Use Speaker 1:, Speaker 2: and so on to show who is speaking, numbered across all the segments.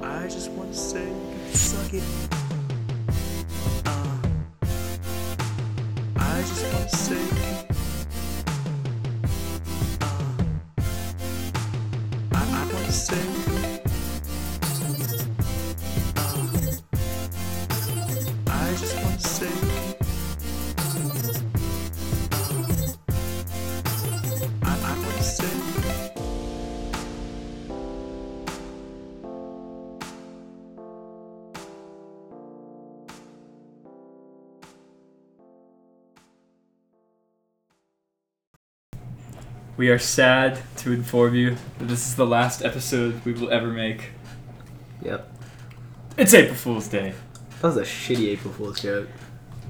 Speaker 1: I just want to say, suck it. Uh, I just want to say, uh, I, I want to say, uh, I just want to say, uh, I, I want to say.
Speaker 2: We are sad to inform you that this is the last episode we will ever make.
Speaker 3: Yep.
Speaker 2: It's April Fool's Day.
Speaker 3: That was a shitty April Fool's joke.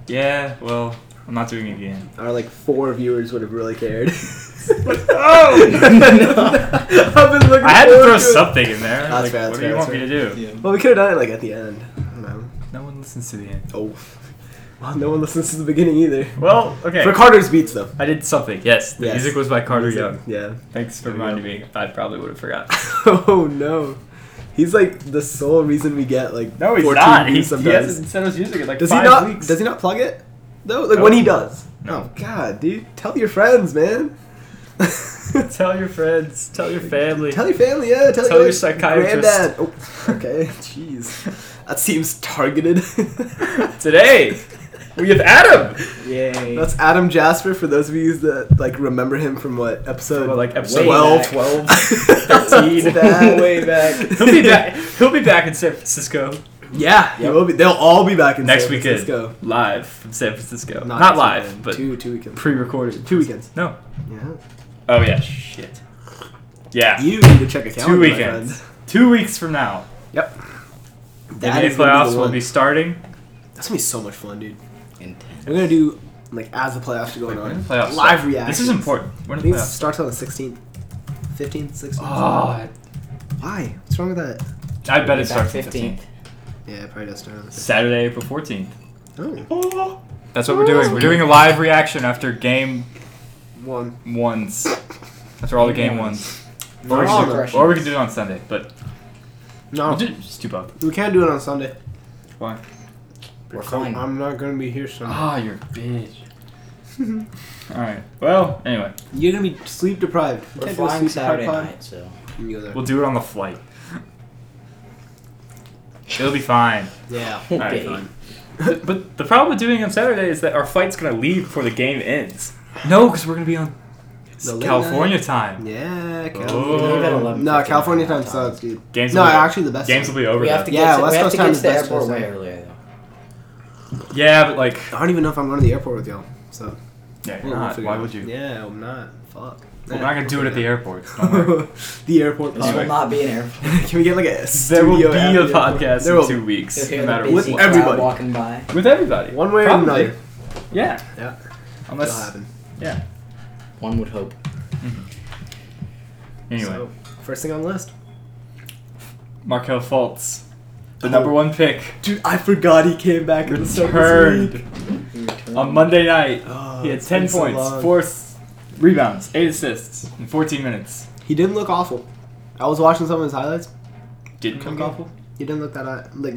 Speaker 2: Yeah, well, I'm not doing it again.
Speaker 3: Our like four viewers would have really cared.
Speaker 2: oh!
Speaker 3: I've been looking
Speaker 2: I had to
Speaker 3: forward
Speaker 2: throw
Speaker 3: it.
Speaker 2: something in there.
Speaker 3: That's
Speaker 2: like,
Speaker 3: fair,
Speaker 2: what
Speaker 3: that's
Speaker 2: do you
Speaker 3: fair,
Speaker 2: want
Speaker 3: that's
Speaker 2: me to do?
Speaker 4: Yeah.
Speaker 3: Well, we could have done it like at the end. I don't know.
Speaker 2: No one listens to the end.
Speaker 3: Oh. Well, no one listens to the beginning either.
Speaker 2: Well, okay.
Speaker 3: For Carter's beats though.
Speaker 2: I did something. Yes, the
Speaker 3: Yes.
Speaker 2: music was by Carter Young.
Speaker 3: Yeah.
Speaker 2: Thanks for
Speaker 3: There we
Speaker 2: reminding me. I probably would have forgot.
Speaker 3: oh no. He's like the sole reason we get like
Speaker 2: No, he's
Speaker 3: 14
Speaker 2: not. He,
Speaker 3: views
Speaker 2: he
Speaker 3: sometimes.
Speaker 2: hasn't sent us music in like
Speaker 3: does he
Speaker 2: five
Speaker 3: not?
Speaker 2: weeks.
Speaker 3: Does he not plug it? Though, like
Speaker 2: No.
Speaker 3: when he does.
Speaker 2: No.
Speaker 3: Oh God, dude, tell your friends, man.
Speaker 2: Tell your friends. Tell your family.
Speaker 3: Tell your family, yeah. Tell,
Speaker 2: Tell your psychiatrist.
Speaker 3: Granddad. Oh, okay, jeez. That seems targeted.
Speaker 2: Today, we have Adam.
Speaker 4: Yay.
Speaker 3: That's Adam Jasper for those of you that like remember him from what episode?
Speaker 2: Well, like episode
Speaker 4: Way
Speaker 2: 12.
Speaker 4: back.
Speaker 2: 12.
Speaker 3: That's bad.
Speaker 4: Way back.
Speaker 2: He'll be back. He'll be back in San Francisco
Speaker 3: Yeah, he
Speaker 4: Yep.
Speaker 3: will be. They'll all be back in
Speaker 2: next
Speaker 3: San
Speaker 2: weekend,
Speaker 3: Francisco.
Speaker 2: live from San Francisco. Not,
Speaker 3: next
Speaker 2: live,
Speaker 3: weekend,
Speaker 2: but
Speaker 3: two two weekends.
Speaker 2: pre-recorded.
Speaker 3: two weekends.
Speaker 2: No.
Speaker 3: Yeah,
Speaker 2: Oh yeah. Shit. Yeah.
Speaker 3: you need to check a calendar.
Speaker 2: two
Speaker 3: my
Speaker 2: weekends.
Speaker 3: friend.
Speaker 2: Two weeks from now,
Speaker 3: Yep.
Speaker 2: the
Speaker 3: That
Speaker 2: NBA
Speaker 3: is gonna be
Speaker 2: playoffs
Speaker 3: the
Speaker 2: will
Speaker 3: one.
Speaker 2: be starting.
Speaker 3: That's gonna be so much fun, dude.
Speaker 4: Intense.
Speaker 3: We're gonna do like as the playoffs are going
Speaker 2: When the
Speaker 3: on.
Speaker 2: playoffs
Speaker 3: live
Speaker 2: start.
Speaker 3: reactions.
Speaker 2: This is important. When
Speaker 3: I
Speaker 2: do the
Speaker 3: think it
Speaker 2: playoffs?
Speaker 3: starts on the 16th, 15th, 16th.
Speaker 2: Oh,
Speaker 3: Why? What's wrong with that?
Speaker 2: I bet it
Speaker 4: Back
Speaker 2: starts
Speaker 4: 15th.
Speaker 2: 15th.
Speaker 3: Yeah, it probably does start on the 16th.
Speaker 2: Saturday, April 14th.
Speaker 3: Oh,
Speaker 2: That's what we're doing. We're doing a live reaction after game
Speaker 3: one.
Speaker 2: ones. After all the game ones. Or we,
Speaker 3: Not all Oh.
Speaker 2: can
Speaker 3: of
Speaker 2: do,
Speaker 3: them.
Speaker 2: or we can do it on Sunday, but
Speaker 3: No,
Speaker 2: we'll do- just do both.
Speaker 3: we can't do it on Sunday.
Speaker 2: Why?
Speaker 4: We're fine.
Speaker 3: I'm not gonna be here Sunday.
Speaker 2: Ah, you're a bitch. all right. Well, anyway,
Speaker 3: You're gonna be sleep deprived. You
Speaker 4: We're
Speaker 3: can't do a
Speaker 4: flying
Speaker 3: sleep deprived
Speaker 4: Saturday
Speaker 3: pod.
Speaker 4: night, so
Speaker 3: You can go there.
Speaker 2: we'll do it on the flight. It'll be fine.
Speaker 3: yeah.
Speaker 4: we'll
Speaker 2: Alright,
Speaker 4: be-
Speaker 2: fine. But- But the problem with doing it on Saturday is that our flight's gonna leave before the game ends. No, because we're gonna be on
Speaker 3: The late
Speaker 2: California
Speaker 3: night.
Speaker 2: time.
Speaker 3: Yeah,
Speaker 2: Oh.
Speaker 3: California.
Speaker 4: Leave at 11.
Speaker 3: No, California time sucks, dude.
Speaker 2: Games
Speaker 3: no,
Speaker 2: will be,
Speaker 3: actually the best.
Speaker 2: games will
Speaker 3: time.
Speaker 2: be over.
Speaker 4: We
Speaker 2: then.
Speaker 4: have to get
Speaker 3: Yeah,
Speaker 4: to,
Speaker 3: West
Speaker 4: we have
Speaker 3: Coast
Speaker 4: to, get
Speaker 3: time
Speaker 4: to
Speaker 3: is
Speaker 4: the
Speaker 3: best
Speaker 4: airport
Speaker 3: West
Speaker 4: way
Speaker 3: time.
Speaker 4: earlier, though.
Speaker 2: yeah, but like,
Speaker 3: I don't even know if I'm going to the airport with y'all. So
Speaker 2: yeah, you're
Speaker 3: we'll- we'll
Speaker 2: not.
Speaker 3: figure
Speaker 2: Why
Speaker 3: it out.
Speaker 2: would you?
Speaker 3: Yeah, I'm not. Fuck.
Speaker 2: We're not gonna do it at the airport. Don't worry.
Speaker 3: airport. the airport.
Speaker 4: This
Speaker 3: pod.
Speaker 2: Anyway.
Speaker 4: will not be an airport.
Speaker 3: Can we get like a
Speaker 2: There will be
Speaker 3: studio at the
Speaker 2: a
Speaker 3: airport?
Speaker 2: podcast
Speaker 3: There will
Speaker 2: in
Speaker 3: be.
Speaker 2: two weeks,
Speaker 4: You'll
Speaker 2: no
Speaker 4: hear
Speaker 2: matter
Speaker 4: the
Speaker 2: what.
Speaker 3: With
Speaker 4: busy crowd
Speaker 3: everybody.
Speaker 4: walking by.
Speaker 2: With everybody,
Speaker 3: one way or
Speaker 2: Probably.
Speaker 3: another.
Speaker 2: Yeah,
Speaker 3: Yeah, it'll
Speaker 2: unless
Speaker 3: happen.
Speaker 2: yeah.
Speaker 4: One would hope.
Speaker 2: Anyway,
Speaker 3: So, first thing on the list.
Speaker 2: Markel Fultz, the
Speaker 3: Oh.
Speaker 2: number one pick,
Speaker 3: Dude, I forgot he came back in the start of this
Speaker 2: returned
Speaker 3: week.
Speaker 2: on Monday night.
Speaker 3: Oh,
Speaker 2: He had
Speaker 3: it's
Speaker 2: 10
Speaker 3: been so
Speaker 2: points,
Speaker 3: long.
Speaker 2: 4 s- rebounds, 8 assists in 14 minutes.
Speaker 3: He didn't look awful. I was watching some of his highlights.
Speaker 2: Didn't come
Speaker 3: Okay.
Speaker 2: awful?
Speaker 3: He didn't look that hot. like.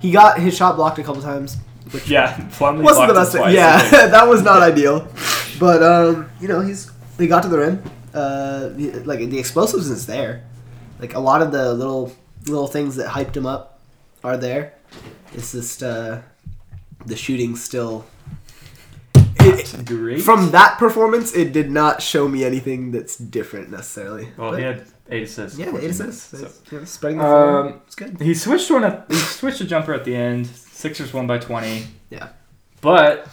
Speaker 3: He got his shot blocked a couple times. Which
Speaker 2: Yeah, Plumlee
Speaker 3: wasn't the
Speaker 2: blocked
Speaker 3: best.
Speaker 2: him twice,
Speaker 3: Thing.
Speaker 2: I
Speaker 3: Yeah,
Speaker 2: think.
Speaker 3: that was not ideal. But um, you know, he's he got to the rim. Uh, he- like the explosives is there. Like a lot of the little little things that hyped him up are there. It's just uh, the shooting still. It,
Speaker 2: That's great.
Speaker 3: from that performance, it did not show me anything that's different necessarily.
Speaker 2: well,
Speaker 3: But-
Speaker 2: he had 8 assists.
Speaker 3: yeah,
Speaker 2: 14
Speaker 3: it is
Speaker 2: minutes,
Speaker 3: this.
Speaker 2: so.
Speaker 3: It's- yeah, Spreading the floor,
Speaker 2: Um,
Speaker 3: it's good.
Speaker 2: He switched one at, he switched a jumper at the end. Sixers won by 20.
Speaker 3: Yeah.
Speaker 2: But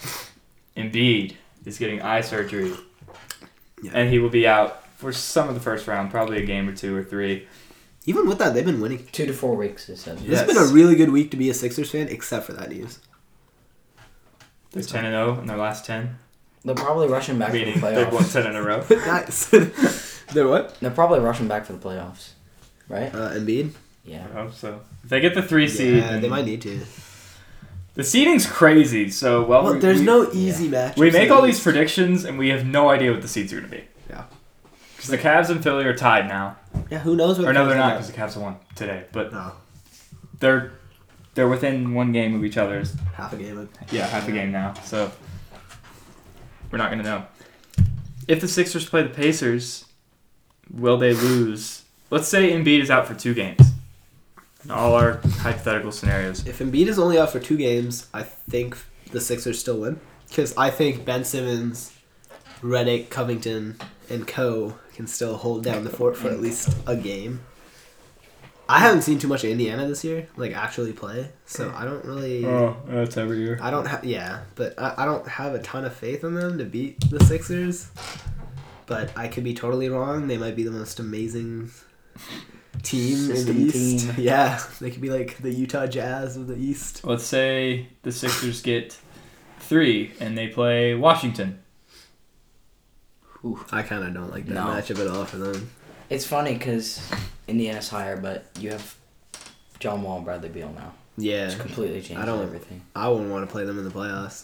Speaker 2: Embiid is getting eye surgery.
Speaker 3: Yeah.
Speaker 2: And he will be out for some of the first round, probably a game or two or three.
Speaker 3: Even with that, they've been winning.
Speaker 4: Two to four weeks, it said.
Speaker 3: This has been
Speaker 2: Yes.
Speaker 3: a really good week to be a Sixers fan, except for that news.
Speaker 2: They're 10 and 0 in their last 10.
Speaker 4: They're probably rushing back
Speaker 2: Meaning
Speaker 4: for the
Speaker 2: they've won
Speaker 4: playoffs.
Speaker 2: 10 in a row.
Speaker 3: nice. They're what?
Speaker 4: They're probably rushing back for the playoffs, right?
Speaker 3: Uh, Embiid.
Speaker 4: Yeah.
Speaker 2: I hope Oh, so. If they get the three seed,
Speaker 3: Yeah, they
Speaker 2: then-
Speaker 3: might need to.
Speaker 2: The seeding's crazy. So well,
Speaker 3: Well,
Speaker 2: we,
Speaker 3: there's
Speaker 2: we-
Speaker 3: no easy match.
Speaker 2: We make all these predictions and we have no idea what the seeds are going to be.
Speaker 3: Yeah.
Speaker 2: Because the Cavs and Philly are tied now.
Speaker 3: Yeah, who knows what?
Speaker 2: Or no,
Speaker 3: comes
Speaker 2: they're not
Speaker 3: out.
Speaker 2: because the Cavs won today. But
Speaker 3: No.
Speaker 2: they're they're within one game of each other's.
Speaker 3: half a game. of-
Speaker 2: Yeah, half a game now. So we're not gonna know. If the Sixers play the Pacers, will they lose? Let's say Embiid is out for two games. In all our hypothetical scenarios.
Speaker 3: If Embiid is only out for two games, I think the Sixers still win because I think Ben Simmons, Redick, Covington, and Co can still hold down the fort for at least a game. I haven't seen too much of Indiana this year, like actually play, so I don't really.
Speaker 2: Oh, that's every year.
Speaker 3: I don't have yeah, but I, I don't have a ton of faith in them to beat the Sixers. But I could be totally wrong. They might be the most amazing team
Speaker 4: System
Speaker 3: in the East.
Speaker 4: team.
Speaker 3: Yeah, they could be like the Utah Jazz of the East.
Speaker 2: Let's say the Sixers get three and they play Washington.
Speaker 3: I kind of don't like that
Speaker 4: No.
Speaker 3: matchup at all for them.
Speaker 4: It's funny because Indiana's higher, but you have John Wall and Bradley Beal now.
Speaker 3: Yeah,
Speaker 4: It's completely changed
Speaker 3: I don't-
Speaker 4: everything.
Speaker 3: I wouldn't want to play them in the playoffs.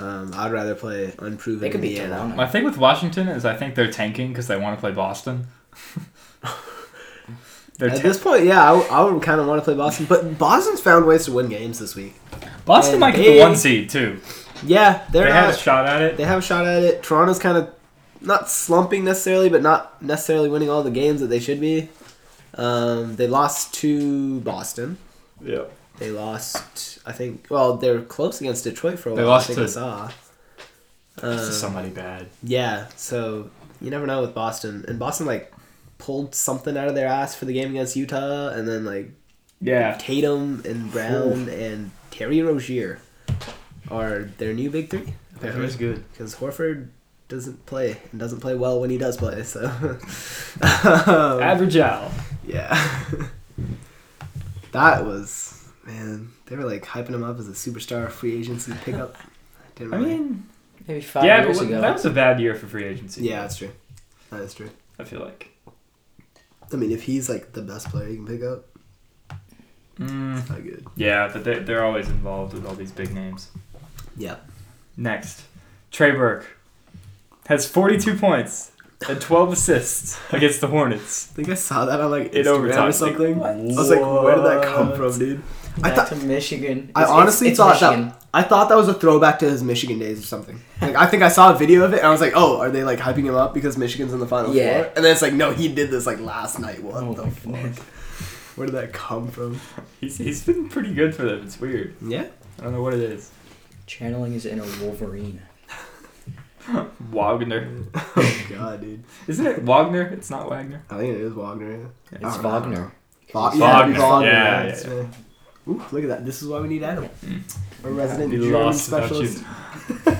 Speaker 3: Um, I'd rather play unproven. E
Speaker 4: They could be
Speaker 3: Indiana.
Speaker 4: Toronto.
Speaker 2: My thing with Washington is I think they're tanking because they want to play Boston. they're
Speaker 3: At
Speaker 2: ta-
Speaker 3: this point, yeah, I, w- I would kind of want to play Boston, but Boston's found ways to win games this week.
Speaker 2: Boston
Speaker 3: and
Speaker 2: might get the
Speaker 3: they-
Speaker 2: one seed too.
Speaker 3: Yeah, they're
Speaker 2: they
Speaker 3: not,
Speaker 2: had a shot at it.
Speaker 3: they have a shot at it. Toronto's kind of not slumping necessarily, but not necessarily winning all the games that they should be. Um, they lost to Boston.
Speaker 2: Yeah.
Speaker 3: They lost, I think. Well, they were close against Detroit for a
Speaker 2: They
Speaker 3: while.
Speaker 2: lost
Speaker 3: I think
Speaker 2: to-
Speaker 3: I saw.
Speaker 1: This
Speaker 2: Uh,
Speaker 3: Um,
Speaker 1: is somebody bad.
Speaker 3: yeah, so you never know with Boston, and Boston like pulled something out of their ass for the game against Utah, and then like
Speaker 2: Yeah.
Speaker 3: Tatum and Brown and Terry Rozier are their new big three. apparently
Speaker 2: That's good.
Speaker 3: because Horford doesn't play and doesn't play well when he does play. So, Um,
Speaker 2: Average out.
Speaker 3: yeah, that was man. They were like hyping him up as a superstar free agency pickup. Didn't
Speaker 2: I
Speaker 3: really-
Speaker 2: mean,
Speaker 4: Maybe five
Speaker 2: yeah,
Speaker 4: years
Speaker 2: but
Speaker 4: ago.
Speaker 2: that was a bad year for free agency.
Speaker 3: yeah, that's true. That is true.
Speaker 2: I feel like.
Speaker 3: I mean, if he's like the best player you can pick up,
Speaker 2: Mm,
Speaker 3: not good.
Speaker 2: yeah, but they, they're always involved with all these big names.
Speaker 3: Yeah,
Speaker 2: Next, Trey Burke has 42 points and 12 assists against the Hornets.
Speaker 3: I think I saw that on like
Speaker 2: In overtime,
Speaker 3: Instagram or
Speaker 2: like,
Speaker 3: something.
Speaker 2: what?
Speaker 3: I was like, where did that come from, dude? I thought
Speaker 4: Back to Michigan.
Speaker 3: I
Speaker 4: It's-
Speaker 3: honestly
Speaker 4: it's, it's
Speaker 3: thought
Speaker 4: Michigan.
Speaker 3: that I thought that was a throwback to his Michigan days or something. Like I think I saw a video of it and I was like, "Oh, are they like hyping him up because Michigan's in the final
Speaker 4: Yeah.
Speaker 3: four? And then it's like, "No, he did this like last night. What
Speaker 4: Oh
Speaker 3: the
Speaker 4: my
Speaker 3: fuck?
Speaker 4: goodness.
Speaker 3: Where did that come from?"
Speaker 2: He's, he's been pretty good for them. It's weird.
Speaker 3: Yeah,
Speaker 2: I don't know what it is.
Speaker 4: Channeling his inner Wolverine.
Speaker 2: Wagner.
Speaker 3: oh god, dude.
Speaker 2: Isn't it Wagner? It's not Wagner.
Speaker 3: I think it is Wagner.
Speaker 2: It's
Speaker 4: It's
Speaker 3: don't know.
Speaker 4: Wagner.
Speaker 3: Wa-
Speaker 2: It's
Speaker 3: yeah, it'd be
Speaker 2: Wagner.
Speaker 3: Wagner.
Speaker 2: Yeah, yeah,
Speaker 3: that's right. Ooh, look at that. This is why we need Adam, a
Speaker 2: I'd
Speaker 3: resident
Speaker 2: be
Speaker 3: German
Speaker 2: lost without
Speaker 3: specialist.
Speaker 2: you.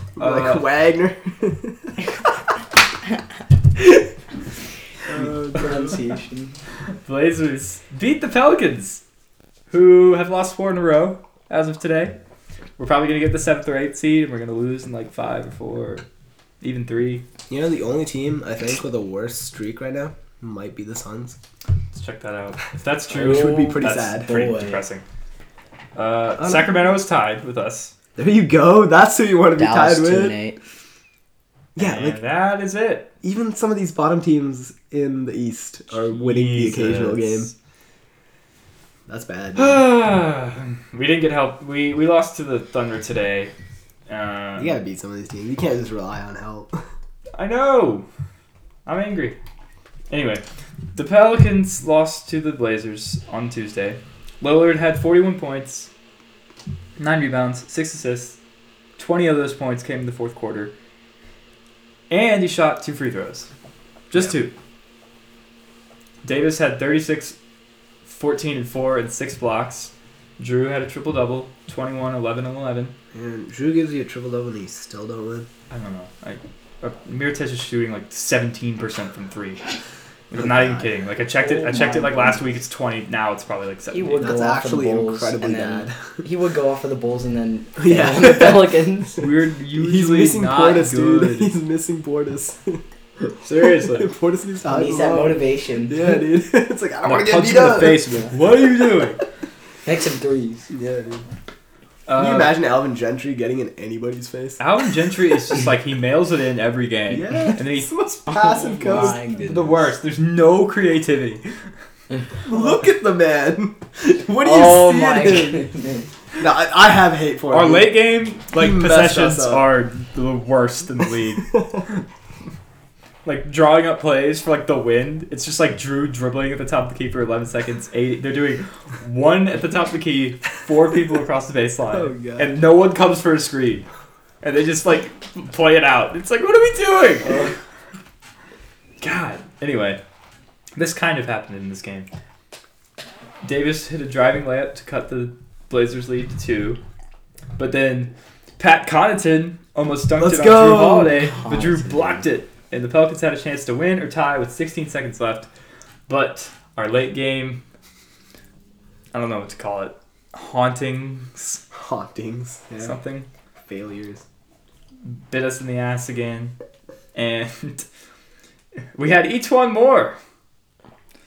Speaker 3: like
Speaker 2: Uh,
Speaker 3: Wagner. Oh, God.
Speaker 4: Pronunciation.
Speaker 2: Blazers beat the Pelicans, who have lost four in a row as of today. We're probably gonna get the seventh or eighth seed, and we're gonna lose in like five or four, or even three.
Speaker 3: you know, the only team I think with a worse streak right now might be the Suns.
Speaker 2: Let's check that out. If that's
Speaker 4: true, Which
Speaker 3: would be pretty
Speaker 2: that's
Speaker 3: sad.
Speaker 2: Pretty
Speaker 4: Boy.
Speaker 2: depressing. Uh,
Speaker 3: don't-
Speaker 2: Sacramento is tied with us.
Speaker 3: There you go. That's who you want to be
Speaker 4: Dallas
Speaker 3: tied
Speaker 4: two
Speaker 3: with.
Speaker 4: and eight.
Speaker 3: Yeah,
Speaker 2: and
Speaker 3: like
Speaker 2: that is it.
Speaker 3: even some of these bottom teams in the East are winning the occasional game.
Speaker 2: Jesus.
Speaker 3: That's bad. you
Speaker 2: we didn't get help. We we lost to the Thunder today. Um,
Speaker 3: gotta beat some of these teams. You can't just rely on help.
Speaker 2: I know. I'm angry. Anyway, the Pelicans lost to the Blazers on Tuesday. Lillard had 41 points, 9 rebounds, 6 assists. 20 of those points came in the fourth quarter. And he shot two free throws. Just two. Davis had 36, 14, and 4, and 6 blocks. Drew had a triple double 21, 11, and 11.
Speaker 3: And Drew gives you a triple double and you still don't win.
Speaker 2: I don't know. I, uh, Miritich is shooting like seventeen percent from three. I'm not even kidding. Like I checked it. I checked it like last week. It's twenty. Now it's probably like
Speaker 4: He
Speaker 2: seventeen.
Speaker 4: would
Speaker 3: That's
Speaker 4: go off for the
Speaker 3: actually
Speaker 4: Bulls,
Speaker 3: incredibly
Speaker 4: and then
Speaker 3: bad.
Speaker 4: He would go off for the Bulls and then
Speaker 3: Yeah.
Speaker 4: yeah. the Pelicans.
Speaker 2: Weird.
Speaker 3: He's
Speaker 2: Usually
Speaker 3: missing
Speaker 2: not
Speaker 3: Portis, dude.
Speaker 2: good.
Speaker 3: He's missing Portis.
Speaker 2: Seriously. Oh,
Speaker 3: Portis needs to hide
Speaker 4: He needs that
Speaker 3: alone.
Speaker 4: motivation.
Speaker 3: Yeah, dude. it's like I don't
Speaker 2: I'm gonna
Speaker 3: want to get
Speaker 2: punch
Speaker 3: beat
Speaker 2: him in
Speaker 3: up.
Speaker 2: the face. and be like, What are you doing?
Speaker 4: Make some threes.
Speaker 3: Yeah, dude. Can you
Speaker 2: Uh,
Speaker 3: imagine Alvin Gentry getting in anybody's face?
Speaker 2: Alvin Gentry is just like he mails it in every game.
Speaker 3: Yeah,
Speaker 2: And then
Speaker 3: it's
Speaker 2: he
Speaker 3: the most passive
Speaker 4: Oh
Speaker 3: coach.
Speaker 4: my goodness.
Speaker 2: the worst. There's no creativity.
Speaker 3: Look at the man. What do you
Speaker 4: oh
Speaker 3: see
Speaker 4: my
Speaker 3: in him?
Speaker 4: goodness.
Speaker 3: No, I, I have hate for
Speaker 5: Our
Speaker 3: him.
Speaker 5: late game like
Speaker 3: He messed
Speaker 5: possessions
Speaker 3: us up.
Speaker 5: are the worst in the league. like drawing up plays for like the win, it's just like Drew dribbling at the top of the key for 11 seconds. Eight, they're doing one at the top of the key, four people across the baseline,
Speaker 3: Oh, God.
Speaker 5: and no one comes for a screen, and they just like play it out. It's like what are we doing?
Speaker 2: Uh,
Speaker 5: God. Anyway, this kind of happened in this game.
Speaker 2: Davis hit a driving layup to cut the Blazers lead to two, but then Pat Connaughton almost dunked
Speaker 3: Let's
Speaker 2: it on
Speaker 3: go.
Speaker 2: Drew Holiday, but Drew
Speaker 4: Connaughton.
Speaker 2: blocked it, and the Pelicans had a chance to win or tie with 16 seconds left. But our late game, I don't know what to call it, hauntings
Speaker 3: hauntings, yeah.
Speaker 2: something.
Speaker 3: failures.
Speaker 2: bit us in the ass again. And we had each one more.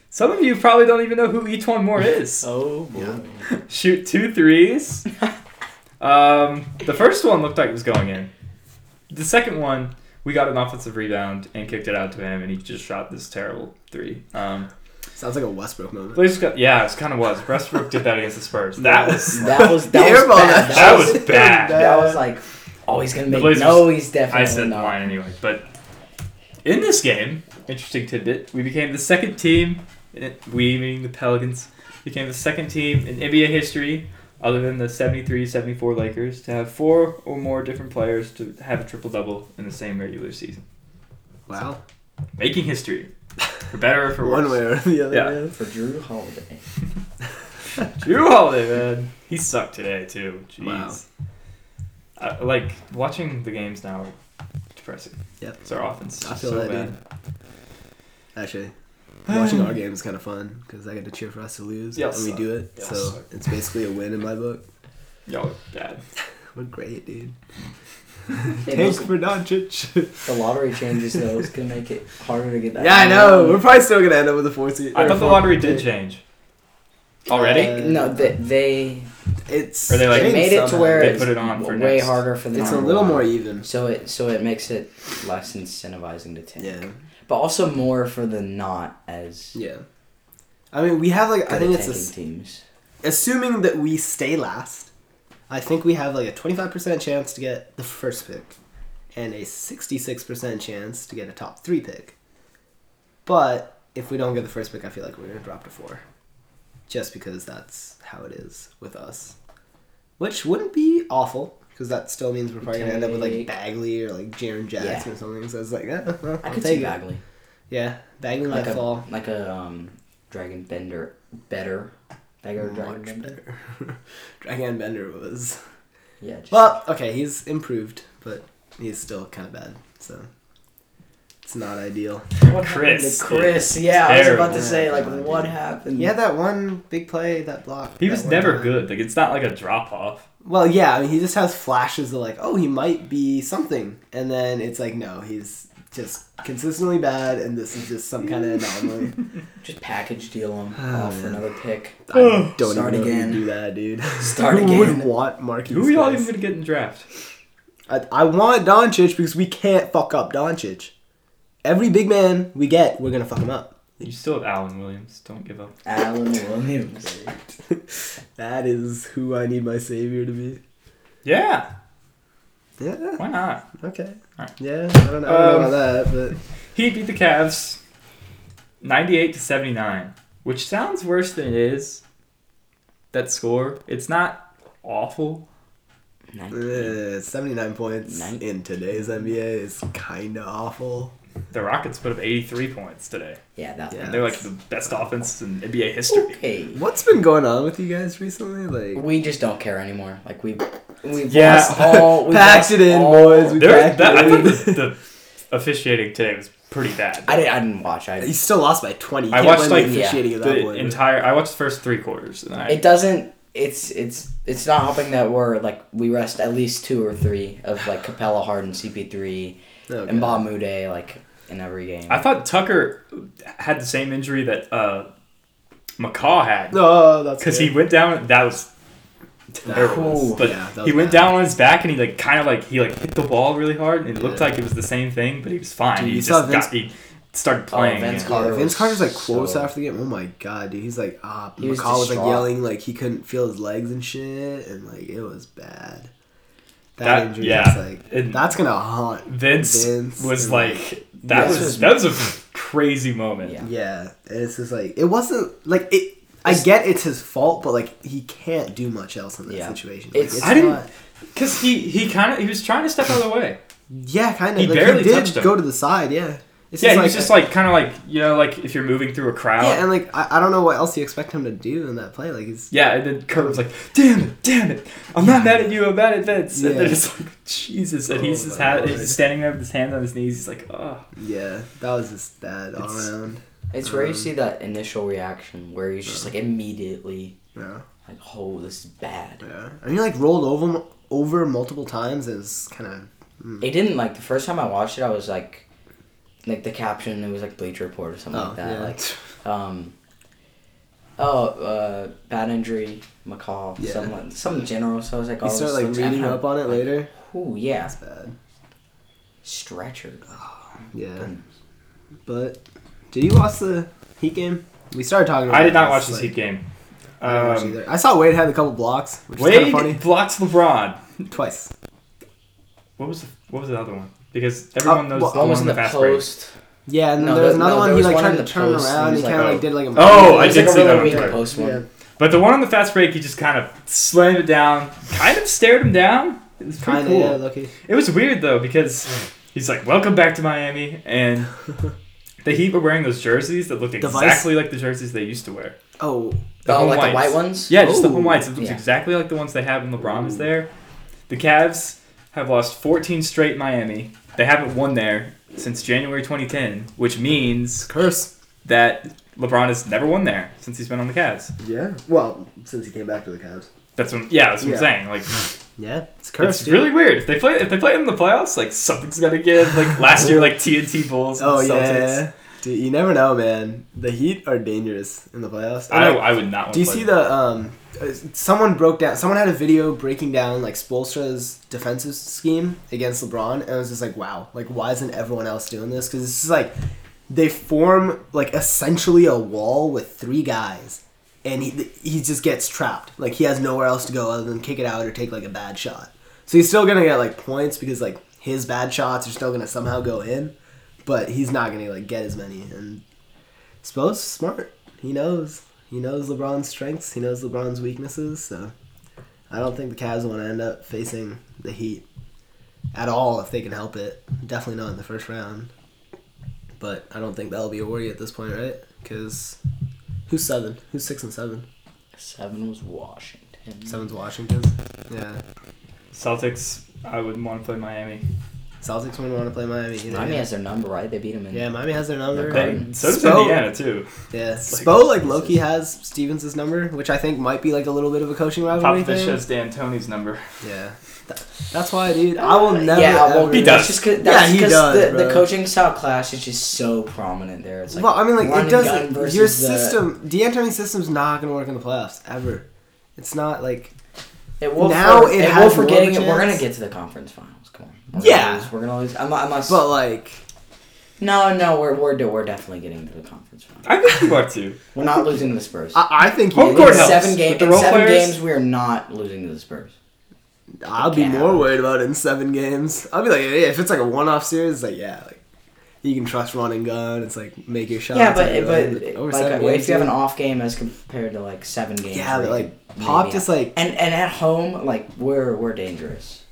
Speaker 2: Some of you probably don't even know who each one more is.
Speaker 4: Oh boy.
Speaker 2: Shoot two threes. Um, the first one looked like it was going in. The second one, we got an offensive rebound and kicked it out to him, and he just shot this terrible three. Um,
Speaker 3: Sounds like a Westbrook moment.
Speaker 2: Blazers got yeah, it kind of was. Westbrook did that against the Spurs. That was
Speaker 4: That was that
Speaker 3: He
Speaker 4: was
Speaker 3: airballed
Speaker 4: bad.
Speaker 3: that.
Speaker 2: that was bad.
Speaker 4: That was like, oh, he's gonna
Speaker 2: The
Speaker 4: make.
Speaker 2: Blazers-
Speaker 4: no, he's definitely
Speaker 2: I said
Speaker 4: not.
Speaker 2: mine anyway. But in this game, interesting tidbit, we became the second team, we meaning the Pelicans, became the second team in NBA history, other than the 73 74 Lakers, to have four or more different players to have a triple double in the same regular season.
Speaker 3: Wow.
Speaker 2: Making history, for better or for worse.
Speaker 3: One way or the other.
Speaker 2: Yeah.
Speaker 3: man.
Speaker 4: For Drew Holiday.
Speaker 2: Drew Holiday, man. He sucked today, too. Jeez.
Speaker 3: Wow.
Speaker 2: I- like, watching the games now are depressing.
Speaker 3: Yep.
Speaker 2: It's our offense.
Speaker 3: I feel
Speaker 2: so
Speaker 3: that,
Speaker 2: bad.
Speaker 3: dude. Actually, watching our game is kind of fun because I get to cheer for us to lose,
Speaker 2: Y'all
Speaker 3: and we
Speaker 2: suck.
Speaker 3: do it.
Speaker 2: Y'all
Speaker 3: so
Speaker 2: suck.
Speaker 3: it's basically a win in my book.
Speaker 2: Y'all are bad.
Speaker 3: We're great, dude.
Speaker 4: Hey,
Speaker 3: Thanks
Speaker 4: those-
Speaker 3: for Doncic.
Speaker 4: the lottery changes though is gonna make it harder to get that.
Speaker 3: yeah, I
Speaker 4: Um,
Speaker 3: know. We're probably still gonna end up with a four seed.
Speaker 2: I
Speaker 3: or
Speaker 2: thought the
Speaker 3: four-
Speaker 2: lottery did change. Already?
Speaker 3: Uh,
Speaker 4: no, they they,
Speaker 3: It's
Speaker 2: Or they, like,
Speaker 4: they
Speaker 3: changed
Speaker 4: made it to
Speaker 3: somehow.
Speaker 4: where
Speaker 2: They
Speaker 4: it's
Speaker 2: put it on for
Speaker 4: way
Speaker 2: next-
Speaker 4: harder for the.
Speaker 3: it's a
Speaker 4: normal
Speaker 3: little
Speaker 4: one.
Speaker 3: more even.
Speaker 4: So it so it makes it less incentivizing to tank,
Speaker 3: Yeah,
Speaker 4: but also more for the not as
Speaker 3: yeah. I mean, we have like
Speaker 4: good
Speaker 3: I think it's
Speaker 4: at
Speaker 3: a,
Speaker 4: tanking teams.
Speaker 3: assuming that we stay last, I think we have like a 25% chance to get the first pick and a 66% chance to get a top three pick. But if we don't get the first pick, I feel like we're going to drop to four. Just because that's how it is with us. Which wouldn't be awful. Because that still means we're probably gonna end up with like
Speaker 4: Take-
Speaker 3: Bagley or like Jaron Jackson or something. So it's like, eh, well,
Speaker 4: I
Speaker 3: I'll
Speaker 4: could
Speaker 3: take
Speaker 4: see
Speaker 3: it.
Speaker 4: Bagley
Speaker 3: Yeah, Bagley
Speaker 4: like
Speaker 3: might
Speaker 4: a
Speaker 3: fall
Speaker 4: like a um, dragon bender better. Dagger dragon
Speaker 3: much
Speaker 4: bender.
Speaker 3: better. Dragon Bender was
Speaker 4: Yeah. Just,
Speaker 3: Well, okay, he's improved, but he's still kind of bad. So it's not ideal.
Speaker 4: What happened
Speaker 2: Chris
Speaker 4: to Chris, yeah, I was about to say like
Speaker 3: Terrible.
Speaker 4: what happened.
Speaker 3: Yeah, that one big play, that block.
Speaker 2: He
Speaker 3: that
Speaker 2: was
Speaker 3: one
Speaker 2: never
Speaker 3: time.
Speaker 2: good. Like it's not like a drop off.
Speaker 3: Well, yeah, I mean, he just has flashes of like, oh, he might be something, and then it's like, no, he's just consistently bad, and this is just some kind of anomaly.
Speaker 4: Just package deal him
Speaker 3: Oh,
Speaker 4: off for
Speaker 3: man.
Speaker 4: another pick.
Speaker 3: I don't
Speaker 4: Start
Speaker 3: even know
Speaker 4: again.
Speaker 3: Who would do that, dude.
Speaker 4: Start
Speaker 3: who
Speaker 4: again.
Speaker 3: Would want Marquise?
Speaker 2: Who are y'all even
Speaker 3: Chris?
Speaker 2: gonna get in draft?
Speaker 3: I, I want Doncic because we can't fuck up Doncic. Every big man we get, we're gonna fuck him up.
Speaker 2: You still have Allen Williams. Don't give up.
Speaker 4: Alan Williams.
Speaker 3: that is who I need my savior to be.
Speaker 2: Yeah.
Speaker 3: Yeah.
Speaker 2: Why not?
Speaker 3: Okay.
Speaker 2: Alright.
Speaker 3: Yeah. I don't know, I don't know
Speaker 2: Um,
Speaker 3: about that,
Speaker 2: He beat the Cavs, ninety-eight to seventy-nine, which sounds worse than it is. That score, it's not awful.
Speaker 3: but uh, 79 points
Speaker 4: Nine.
Speaker 3: in today's NBA is kind of awful.
Speaker 2: The Rockets put up eighty-three points today.
Speaker 4: Yeah, that.
Speaker 3: Yeah.
Speaker 2: They're like the best offense in NBA history.
Speaker 4: Okay.
Speaker 3: What's been going on with you guys recently? Like,
Speaker 4: We just don't care anymore. Like we, we
Speaker 2: Yeah.
Speaker 4: lost all. We
Speaker 3: packed
Speaker 4: lost
Speaker 3: it in,
Speaker 4: all-
Speaker 3: boys. We
Speaker 2: There,
Speaker 3: packed
Speaker 2: that, I
Speaker 3: it
Speaker 2: thought
Speaker 3: in.
Speaker 2: the, the officiating today was pretty bad.
Speaker 4: I didn't. I didn't watch.
Speaker 3: you
Speaker 4: I.
Speaker 3: still lost by 20. You
Speaker 2: I
Speaker 3: can't
Speaker 2: watched,
Speaker 3: blame the
Speaker 2: like,
Speaker 4: yeah,
Speaker 3: officiating of that
Speaker 2: the
Speaker 3: one.
Speaker 2: entire. I watched the first three quarters, and I
Speaker 4: It doesn't. It's it's it's not helping that we're like we rest at least two or three of like Capella, Harden, CP3,
Speaker 3: Okay.
Speaker 4: and Bamude like in every game.
Speaker 2: I thought Tucker had the same injury that uh, McCaw had
Speaker 3: Oh, that's
Speaker 2: because he
Speaker 3: good.
Speaker 2: went down. That was terrible.
Speaker 4: Ooh,
Speaker 2: but
Speaker 3: yeah, that
Speaker 2: he
Speaker 3: was
Speaker 2: went
Speaker 3: bad.
Speaker 2: down on his back and he like kind of like he like hit the wall really hard and it looked
Speaker 3: Yeah.
Speaker 2: like it was the same thing, but he was fine.
Speaker 3: Dude,
Speaker 2: he
Speaker 3: you
Speaker 2: just
Speaker 3: saw Vince-
Speaker 2: got he started
Speaker 4: Oh,
Speaker 2: playing.
Speaker 4: Vince
Speaker 2: it.
Speaker 4: Carter.
Speaker 3: Yeah, Vince
Speaker 4: was
Speaker 3: Carter's like quotes
Speaker 4: so-
Speaker 3: after the game. Oh my god, dude, he's like ah.
Speaker 4: He was
Speaker 3: McCall was like
Speaker 4: distraught.
Speaker 3: yelling like he couldn't feel his legs and shit, and like it was bad. That,
Speaker 2: That-
Speaker 3: injury,
Speaker 2: yeah.
Speaker 3: is, like
Speaker 2: And-
Speaker 3: that's gonna haunt.
Speaker 2: Vince,
Speaker 3: Vince
Speaker 2: was
Speaker 3: and,
Speaker 2: like that
Speaker 4: Vince
Speaker 2: was,
Speaker 4: was-
Speaker 2: that was a crazy moment.
Speaker 4: Yeah.
Speaker 3: Yeah, and it's just like it wasn't like it. I get it's his fault, but like he can't do much else in that
Speaker 4: Yeah.
Speaker 3: situation. Like,
Speaker 4: It's-
Speaker 3: it's,
Speaker 2: I didn't-
Speaker 3: not-
Speaker 2: Cause he he kind of he was trying to step out of the way.
Speaker 3: Yeah, kind of.
Speaker 2: He
Speaker 3: like,
Speaker 2: barely
Speaker 3: he did
Speaker 2: touched him.
Speaker 3: go to the side. Yeah. It's
Speaker 2: yeah, he was just like kind of like you know like if you're moving through a crowd.
Speaker 3: yeah, and like I, I don't know what else you expect him to do in that play. Like he's
Speaker 2: Yeah, and then Kurt was like, "Damn it, damn it! I'm not mad at you. I'm mad at Vince." And then
Speaker 3: Yeah.
Speaker 2: it's like, Jesus, and he's
Speaker 3: Oh
Speaker 2: just
Speaker 3: my
Speaker 2: ha-
Speaker 3: Lord.
Speaker 2: he's just standing there with his hand on his knees. He's like, "Oh,
Speaker 3: yeah, that was just bad all
Speaker 2: It's-
Speaker 3: around.
Speaker 4: It's where you
Speaker 3: Um,
Speaker 4: see that initial reaction where he's just like immediately
Speaker 3: Yeah,
Speaker 4: like, oh, this is bad.
Speaker 3: yeah. And he like rolled over over multiple times. and It's kind of
Speaker 4: It didn't like the first time I watched it. I was like, like the caption. It was like Bleach Report or something
Speaker 3: oh
Speaker 4: like that.
Speaker 3: yeah.
Speaker 4: Like, um, oh, uh, bad injury, McCall,
Speaker 3: Yeah.
Speaker 4: someone, some general. So I was like, oh,
Speaker 3: he started like reading up on it later.
Speaker 4: Oh yeah,
Speaker 3: That's bad.
Speaker 4: stretcher.
Speaker 3: Yeah,
Speaker 4: Boom.
Speaker 3: but did you watch the Heat game? We started talking. About
Speaker 2: I did not
Speaker 3: this,
Speaker 2: watch this
Speaker 3: like,
Speaker 2: Heat game."
Speaker 3: I didn't watch
Speaker 2: Um,
Speaker 3: either. I saw Wade had a couple blocks, which is kind
Speaker 2: Wade
Speaker 3: of funny.
Speaker 2: blocks LeBron.
Speaker 3: Twice.
Speaker 2: What was the, what was the other one? Because everyone knows
Speaker 3: Uh, well,
Speaker 2: the
Speaker 4: One
Speaker 2: one
Speaker 4: was
Speaker 2: in
Speaker 4: in
Speaker 2: the
Speaker 4: the
Speaker 2: fast break.
Speaker 4: post.
Speaker 3: Yeah, and then
Speaker 4: No,
Speaker 3: there was
Speaker 4: there-
Speaker 3: another
Speaker 4: no,
Speaker 3: one.
Speaker 4: there
Speaker 3: He
Speaker 4: was
Speaker 3: like
Speaker 4: one
Speaker 3: tried
Speaker 4: in
Speaker 3: to
Speaker 4: the
Speaker 3: turn
Speaker 4: post, and
Speaker 3: around.
Speaker 4: he
Speaker 3: He
Speaker 4: was
Speaker 3: kind of
Speaker 4: like,
Speaker 3: like did like a.
Speaker 2: Oh,
Speaker 4: It
Speaker 2: I
Speaker 4: was
Speaker 2: did
Speaker 4: like
Speaker 2: see
Speaker 4: a
Speaker 2: that
Speaker 4: really
Speaker 2: on
Speaker 4: weak
Speaker 2: Twitter.
Speaker 4: post one.
Speaker 3: Yeah.
Speaker 2: But the one on the fast break, he just kind of slammed it down, kind of stared him down. It was pretty
Speaker 3: Kind of,
Speaker 2: cool.
Speaker 3: yeah, lucky.
Speaker 2: It was weird though because he's like, "Welcome back to Miami," and the Heat were wearing those jerseys that looked
Speaker 3: Device?
Speaker 2: exactly like the jerseys they used to wear.
Speaker 3: Oh,
Speaker 2: The
Speaker 4: oh,
Speaker 2: home
Speaker 4: like the
Speaker 2: whites.
Speaker 4: white ones.
Speaker 2: Yeah, just the home
Speaker 3: Ooh,
Speaker 2: whites. It looks
Speaker 4: yeah.
Speaker 2: exactly like the ones they have when LeBron is
Speaker 4: Ooh.
Speaker 2: there. The Cavs have lost 14 straight in Miami. They haven't won there since January 2010, which means
Speaker 3: curse.
Speaker 2: that LeBron has never won there since he's been on the Cavs.
Speaker 3: Yeah. Well, since he came back to the Cavs.
Speaker 2: That's what, yeah, that's what
Speaker 3: Yeah.
Speaker 2: I'm saying. Like,
Speaker 3: Yeah, it's cursed.
Speaker 2: it's
Speaker 3: dude.
Speaker 2: really weird. If they play, if they play in the playoffs, like something's gonna give. Like last year, like TNT Bulls. and
Speaker 3: Oh
Speaker 2: Celtics.
Speaker 3: yeah, dude, you never know, man. The Heat are dangerous in the playoffs.
Speaker 2: I,
Speaker 3: Like,
Speaker 2: I would not. Want
Speaker 3: do you
Speaker 2: to play
Speaker 3: see the um? uh, Someone broke down. Someone had a video breaking down like Spoelstra's defensive scheme against LeBron, and it was just like, wow, like why isn't everyone else doing this? Because it's just like they form like essentially a wall with three guys, and he he just gets trapped. Like he has nowhere else to go other than kick it out or take like a bad shot. So he's still gonna get like points because like his bad shots are still gonna somehow go in, but he's not gonna like get as many. And Spo's smart. He knows. He knows LeBron's strengths. He knows LeBron's weaknesses. So I don't think the Cavs want to end up facing the Heat at all if they can help it. Definitely not in the first round. But I don't think that'll be a worry at this point, right? Because who's seven? Who's six and seven?
Speaker 4: Seven was Washington.
Speaker 3: Seven's Washington. Yeah,
Speaker 2: Celtics. I wouldn't want to play Miami.
Speaker 3: Celtics wouldn't want to play Miami either.
Speaker 4: Miami
Speaker 3: yeah.
Speaker 4: has their number, right? They beat him in.
Speaker 3: Yeah, Miami has their number.
Speaker 4: Okay.
Speaker 2: They, so does
Speaker 3: Spo-
Speaker 2: Indiana too.
Speaker 3: Yeah,
Speaker 2: like-
Speaker 3: Spo like Loki has Stevens' number, which I think might be like a little bit of a coaching rivalry
Speaker 2: Popovich
Speaker 3: thing.
Speaker 2: has D'Antoni's number.
Speaker 3: Yeah, Th- that's why, dude. I will never.
Speaker 4: yeah, well,
Speaker 3: ever-
Speaker 2: He does.
Speaker 4: That's just cause, that's
Speaker 3: Yeah, he
Speaker 4: because
Speaker 3: does,
Speaker 4: the, the
Speaker 3: bro.
Speaker 4: coaching style clash is just so prominent there. It's like
Speaker 3: well, I mean, like
Speaker 4: run
Speaker 3: it
Speaker 4: and gun
Speaker 3: doesn't.
Speaker 4: versus
Speaker 3: Your
Speaker 4: the-
Speaker 3: system, D'Antoni's system's not gonna work in the playoffs ever. It's not like
Speaker 4: It will
Speaker 3: now
Speaker 4: for,
Speaker 3: it
Speaker 4: it,
Speaker 3: has
Speaker 4: will
Speaker 3: more of a
Speaker 4: forgetting it. We're
Speaker 3: chance.
Speaker 4: gonna get to the conference finals. Come on. We're
Speaker 3: Yeah.
Speaker 4: Gonna lose. We're gonna lose. I'm, I must.
Speaker 3: but like
Speaker 4: no, no, we're we're de- we're definitely getting to the conference finals.
Speaker 2: I think you are too.
Speaker 4: We're not losing to the Spurs.
Speaker 3: I, I think
Speaker 2: Home
Speaker 3: you-
Speaker 2: court
Speaker 4: in
Speaker 2: helps.
Speaker 4: seven
Speaker 2: With
Speaker 4: games.
Speaker 2: the
Speaker 4: In
Speaker 2: role
Speaker 4: seven
Speaker 2: players.
Speaker 4: games, we are not losing to the Spurs.
Speaker 3: I'll be
Speaker 4: Yeah.
Speaker 3: more worried about it in seven games. I'll be like, yeah, if it's like a one-off series, it's like yeah, like you can trust run and gun. It's like make your shots.
Speaker 4: yeah, but
Speaker 3: like,
Speaker 4: but like uh,
Speaker 3: games,
Speaker 4: if you have an
Speaker 3: dude.
Speaker 4: off game as compared to like seven games.
Speaker 3: yeah,
Speaker 4: where
Speaker 3: but
Speaker 4: you
Speaker 3: like
Speaker 4: could
Speaker 3: Pop
Speaker 4: maybe-
Speaker 3: just like
Speaker 4: and and at home like we're we're dangerous.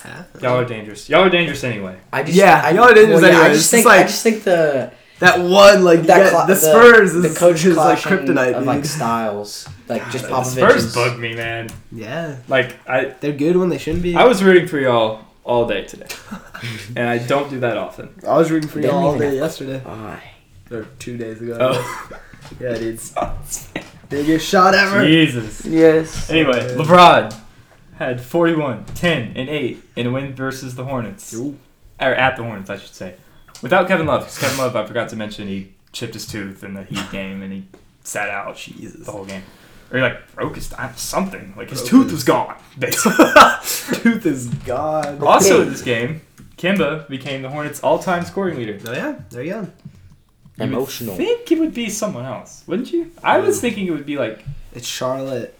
Speaker 3: huh?
Speaker 2: Y'all are dangerous. Y'all are dangerous anyway.
Speaker 4: I just
Speaker 3: Yeah,
Speaker 4: I,
Speaker 3: y'all are dangerous
Speaker 4: yeah, I
Speaker 3: anyway.
Speaker 4: just
Speaker 3: It's
Speaker 4: think
Speaker 3: just
Speaker 4: I
Speaker 3: like-
Speaker 4: just think the
Speaker 3: that one like
Speaker 4: that
Speaker 3: that
Speaker 4: cla-
Speaker 3: the Spurs is
Speaker 4: the coach
Speaker 3: is like
Speaker 4: clashing
Speaker 3: kryptonite.
Speaker 4: of
Speaker 3: dude.
Speaker 4: like styles, like
Speaker 3: Ah,
Speaker 4: just
Speaker 2: The
Speaker 4: Popovich.
Speaker 2: Spurs
Speaker 4: is-
Speaker 2: bug me, man.
Speaker 3: yeah,
Speaker 2: Like I,
Speaker 3: they're good when they shouldn't be.
Speaker 2: I was rooting for y'all all day today, and I don't do that often.
Speaker 3: I was rooting for
Speaker 4: They
Speaker 3: you
Speaker 4: don't
Speaker 3: all
Speaker 4: even
Speaker 3: day
Speaker 4: have-
Speaker 3: yesterday.
Speaker 4: Why?
Speaker 3: Or two days ago.
Speaker 2: Oh,
Speaker 3: Yeah, dude. Biggest shot ever.
Speaker 2: Jesus.
Speaker 4: Yes.
Speaker 2: Anyway, LeBron had 41, 10, and 8 in a win versus the Hornets.
Speaker 3: Ooh.
Speaker 2: Or at the Hornets, I should say. Without Kevin Love, because Kevin Love, I forgot to mention, he chipped his tooth in the Heat game and he sat out
Speaker 3: Jesus.
Speaker 2: the whole game. Or he, like, broke his th- something. Like, his
Speaker 3: Broke
Speaker 2: tooth
Speaker 3: his-
Speaker 2: was gone, basically.
Speaker 3: Tooth is gone.
Speaker 2: also
Speaker 4: Okay.
Speaker 2: in this game, Kimba became the Hornets' all-time scoring leader.
Speaker 3: Oh yeah, there you go.
Speaker 2: You would
Speaker 4: Emotional.
Speaker 2: think it would be someone else, wouldn't you? I was thinking it would be like
Speaker 3: It's Charlotte.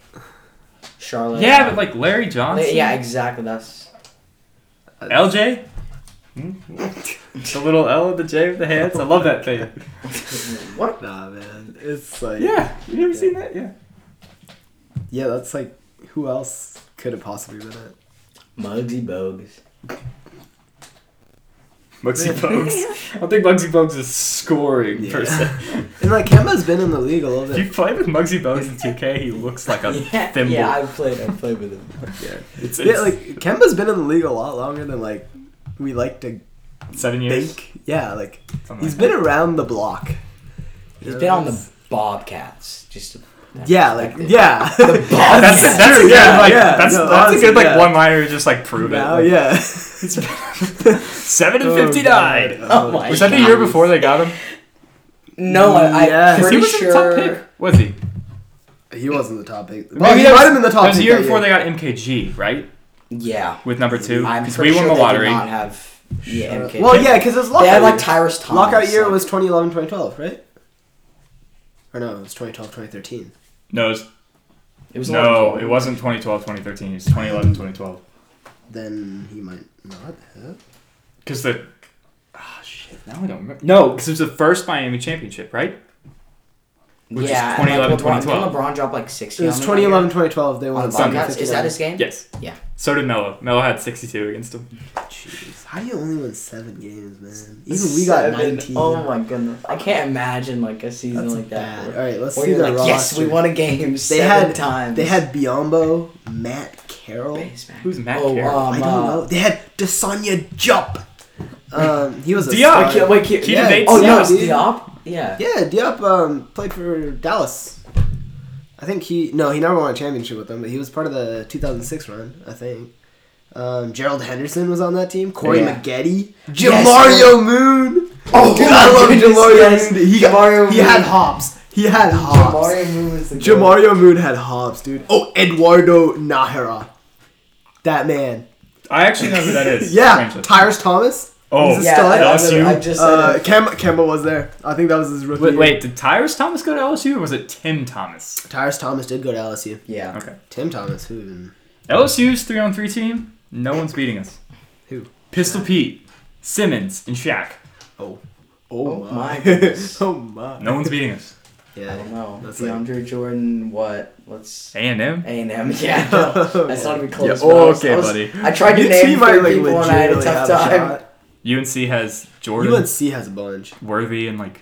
Speaker 4: Charlotte.
Speaker 2: yeah, but like Larry Johnson,
Speaker 4: yeah, exactly. That's
Speaker 2: LJ, the little L of the J with the hands. I love that thing.
Speaker 4: what?
Speaker 3: Nah, man, it's like
Speaker 2: Yeah, you never seen that? Yeah.
Speaker 3: yeah. That's like who else could have possibly been it?
Speaker 4: Muggsy Bogues.
Speaker 2: Bugsy Bogues. I don't think Bugsy Bogues is scoring
Speaker 3: Yeah.
Speaker 2: per se.
Speaker 3: And like Kemba's been in the league a little
Speaker 2: If you
Speaker 3: bit.
Speaker 2: play with Mugsy Bogues in 2K, he looks like a
Speaker 4: Yeah,
Speaker 2: thimble.
Speaker 4: yeah, I've played. I've played with him.
Speaker 3: Yeah,
Speaker 2: It's,
Speaker 3: yeah, like Kemba's been in the league a lot longer than like we like to
Speaker 2: seven years.
Speaker 3: think. Yeah, like
Speaker 2: something
Speaker 3: he's
Speaker 2: like
Speaker 3: been around the block.
Speaker 4: He's been on the Bobcats. Just to,
Speaker 3: yeah, like yeah.
Speaker 2: that. that's,
Speaker 4: Bobcats.
Speaker 2: that's a good,
Speaker 3: Yeah,
Speaker 2: like,
Speaker 3: yeah,
Speaker 2: that's,
Speaker 3: no,
Speaker 2: that's a
Speaker 3: honestly,
Speaker 2: good like
Speaker 3: yeah.
Speaker 2: one liner just like prove
Speaker 3: now,
Speaker 2: it. Like,
Speaker 3: yeah.
Speaker 2: Seven and
Speaker 3: Oh,
Speaker 2: fifty nine.
Speaker 3: God.
Speaker 4: Oh my
Speaker 2: Was that the
Speaker 4: God.
Speaker 2: year before they got him?
Speaker 4: No, I, I'm
Speaker 3: Yeah. 'Cause
Speaker 2: Because
Speaker 3: he
Speaker 4: pretty
Speaker 2: he was
Speaker 4: sure.
Speaker 2: the top pick, was he?
Speaker 3: He wasn't the top eight. Well, he
Speaker 2: that
Speaker 3: might
Speaker 2: was-
Speaker 3: have been the top
Speaker 2: That was the
Speaker 3: eight
Speaker 2: year
Speaker 3: that
Speaker 2: before they got MKG, right?
Speaker 4: Yeah.
Speaker 2: With number two,
Speaker 4: I'm
Speaker 2: because
Speaker 4: pretty
Speaker 2: we won
Speaker 4: sure
Speaker 2: the
Speaker 4: they
Speaker 2: lottery.
Speaker 4: did not have yeah, MK.
Speaker 3: Well, yeah, because it's lockout.
Speaker 4: they had like
Speaker 3: year.
Speaker 4: Tyrus Thomas.
Speaker 3: lockout year
Speaker 4: like-
Speaker 3: was 2011, 2012, right? Or no, it was 2012, 2013.
Speaker 2: No, it was,
Speaker 4: It was
Speaker 2: no,
Speaker 4: like-
Speaker 2: it wasn't 2012, 2013. It was 2011, 2012.
Speaker 3: Then he might not have.
Speaker 2: Because the ah shit, now I don't remember. No, because it was the first Miami championship, right? which is 2011,
Speaker 4: yeah, and, like, LeBron,
Speaker 2: 2012.
Speaker 4: didn't LeBron dropped like 60.
Speaker 3: It was
Speaker 4: on them
Speaker 3: 2011,
Speaker 4: that
Speaker 3: 2012. They
Speaker 4: year?
Speaker 3: won
Speaker 4: On
Speaker 3: the Bobcats.
Speaker 4: Bobcats. Is that his game?
Speaker 2: Yes.
Speaker 4: Yeah.
Speaker 2: So did Melo. Melo had 62 against him.
Speaker 3: Jeez, how do you only win seven games, man? Even we got
Speaker 4: Seven.
Speaker 3: 19.
Speaker 4: Oh my goodness. I can't imagine like a season
Speaker 3: That's
Speaker 4: like that.
Speaker 3: bad.
Speaker 4: where-
Speaker 3: All right, let's
Speaker 4: where
Speaker 3: see
Speaker 4: you're
Speaker 3: the
Speaker 4: like,
Speaker 3: roster.
Speaker 4: yes, we won a game
Speaker 3: They
Speaker 4: seven
Speaker 3: had
Speaker 4: times.
Speaker 3: They had Biombo, Matt Carroll.
Speaker 4: Base man.
Speaker 2: Who's Matt
Speaker 4: oh,
Speaker 2: Carroll?
Speaker 4: Um,
Speaker 3: I
Speaker 4: uh,
Speaker 3: don't know. They had Desanya Jump. Um, he was a
Speaker 2: Diop.
Speaker 3: star.
Speaker 4: Ke- Wait, Ke-
Speaker 2: Keaton
Speaker 4: yeah.
Speaker 2: Bates.
Speaker 4: Oh, no,
Speaker 3: Yeah,
Speaker 4: it's
Speaker 3: dude.
Speaker 4: Diop? Yeah.
Speaker 3: Yeah, Diop um, played for Dallas. I think he no, he never won a championship with them, but he was part of the 2006 run, I think. Um, Gerald Henderson was on that team. Corey
Speaker 4: Yeah.
Speaker 3: McGetty,
Speaker 4: Yes,
Speaker 3: Jamario Moon.
Speaker 4: Oh,
Speaker 3: dude, I love
Speaker 4: goodness,
Speaker 3: Jamario
Speaker 4: yes.
Speaker 3: Moon. He,
Speaker 4: Jamario
Speaker 3: he had
Speaker 4: Moon.
Speaker 3: hops. He had hops.
Speaker 4: Jamario Moon is the goat.
Speaker 3: Jamario Moon had hops, dude. Oh, Eduardo Nahara, that man.
Speaker 2: I actually know who that is.
Speaker 3: Yeah,
Speaker 2: strangely.
Speaker 3: Tyrus Thomas.
Speaker 2: Oh,
Speaker 3: He's a
Speaker 4: Yeah,
Speaker 3: stud.
Speaker 4: I, I,
Speaker 2: LSU?
Speaker 4: I just said
Speaker 3: Uh,
Speaker 4: it.
Speaker 3: Kemba, Kemba was there. I think that was his rookie.
Speaker 2: Wait,
Speaker 3: year.
Speaker 2: wait, did Tyrus Thomas go to LSU or was it Tim Thomas?
Speaker 3: Tyrus Thomas did go to LSU.
Speaker 4: Yeah.
Speaker 2: Okay.
Speaker 3: Tim Thomas, who even?
Speaker 2: LSU's three on three team, no one's beating us.
Speaker 3: Who?
Speaker 2: Pistol Pete, Simmons, and Shaq.
Speaker 3: Oh.
Speaker 4: Oh my goodness.
Speaker 3: oh my.
Speaker 2: No Oh one's beating us.
Speaker 4: I don't
Speaker 3: Yeah.
Speaker 4: know.
Speaker 3: That's like-
Speaker 4: DeAndre Jordan, what? Let's.
Speaker 2: A and M.
Speaker 4: A&M, yeah. No, that's not even close.
Speaker 2: Yeah,
Speaker 4: but I
Speaker 3: oh,
Speaker 4: was-
Speaker 2: okay,
Speaker 4: I was-
Speaker 2: buddy.
Speaker 4: I tried to
Speaker 3: Your
Speaker 4: name
Speaker 3: team
Speaker 4: three
Speaker 3: might, like,
Speaker 4: people and I had a
Speaker 3: legitimately
Speaker 4: tough
Speaker 3: have a
Speaker 4: time.
Speaker 3: shot.
Speaker 2: UNC has Jordan
Speaker 3: UNC has a bunch.
Speaker 2: Worthy and like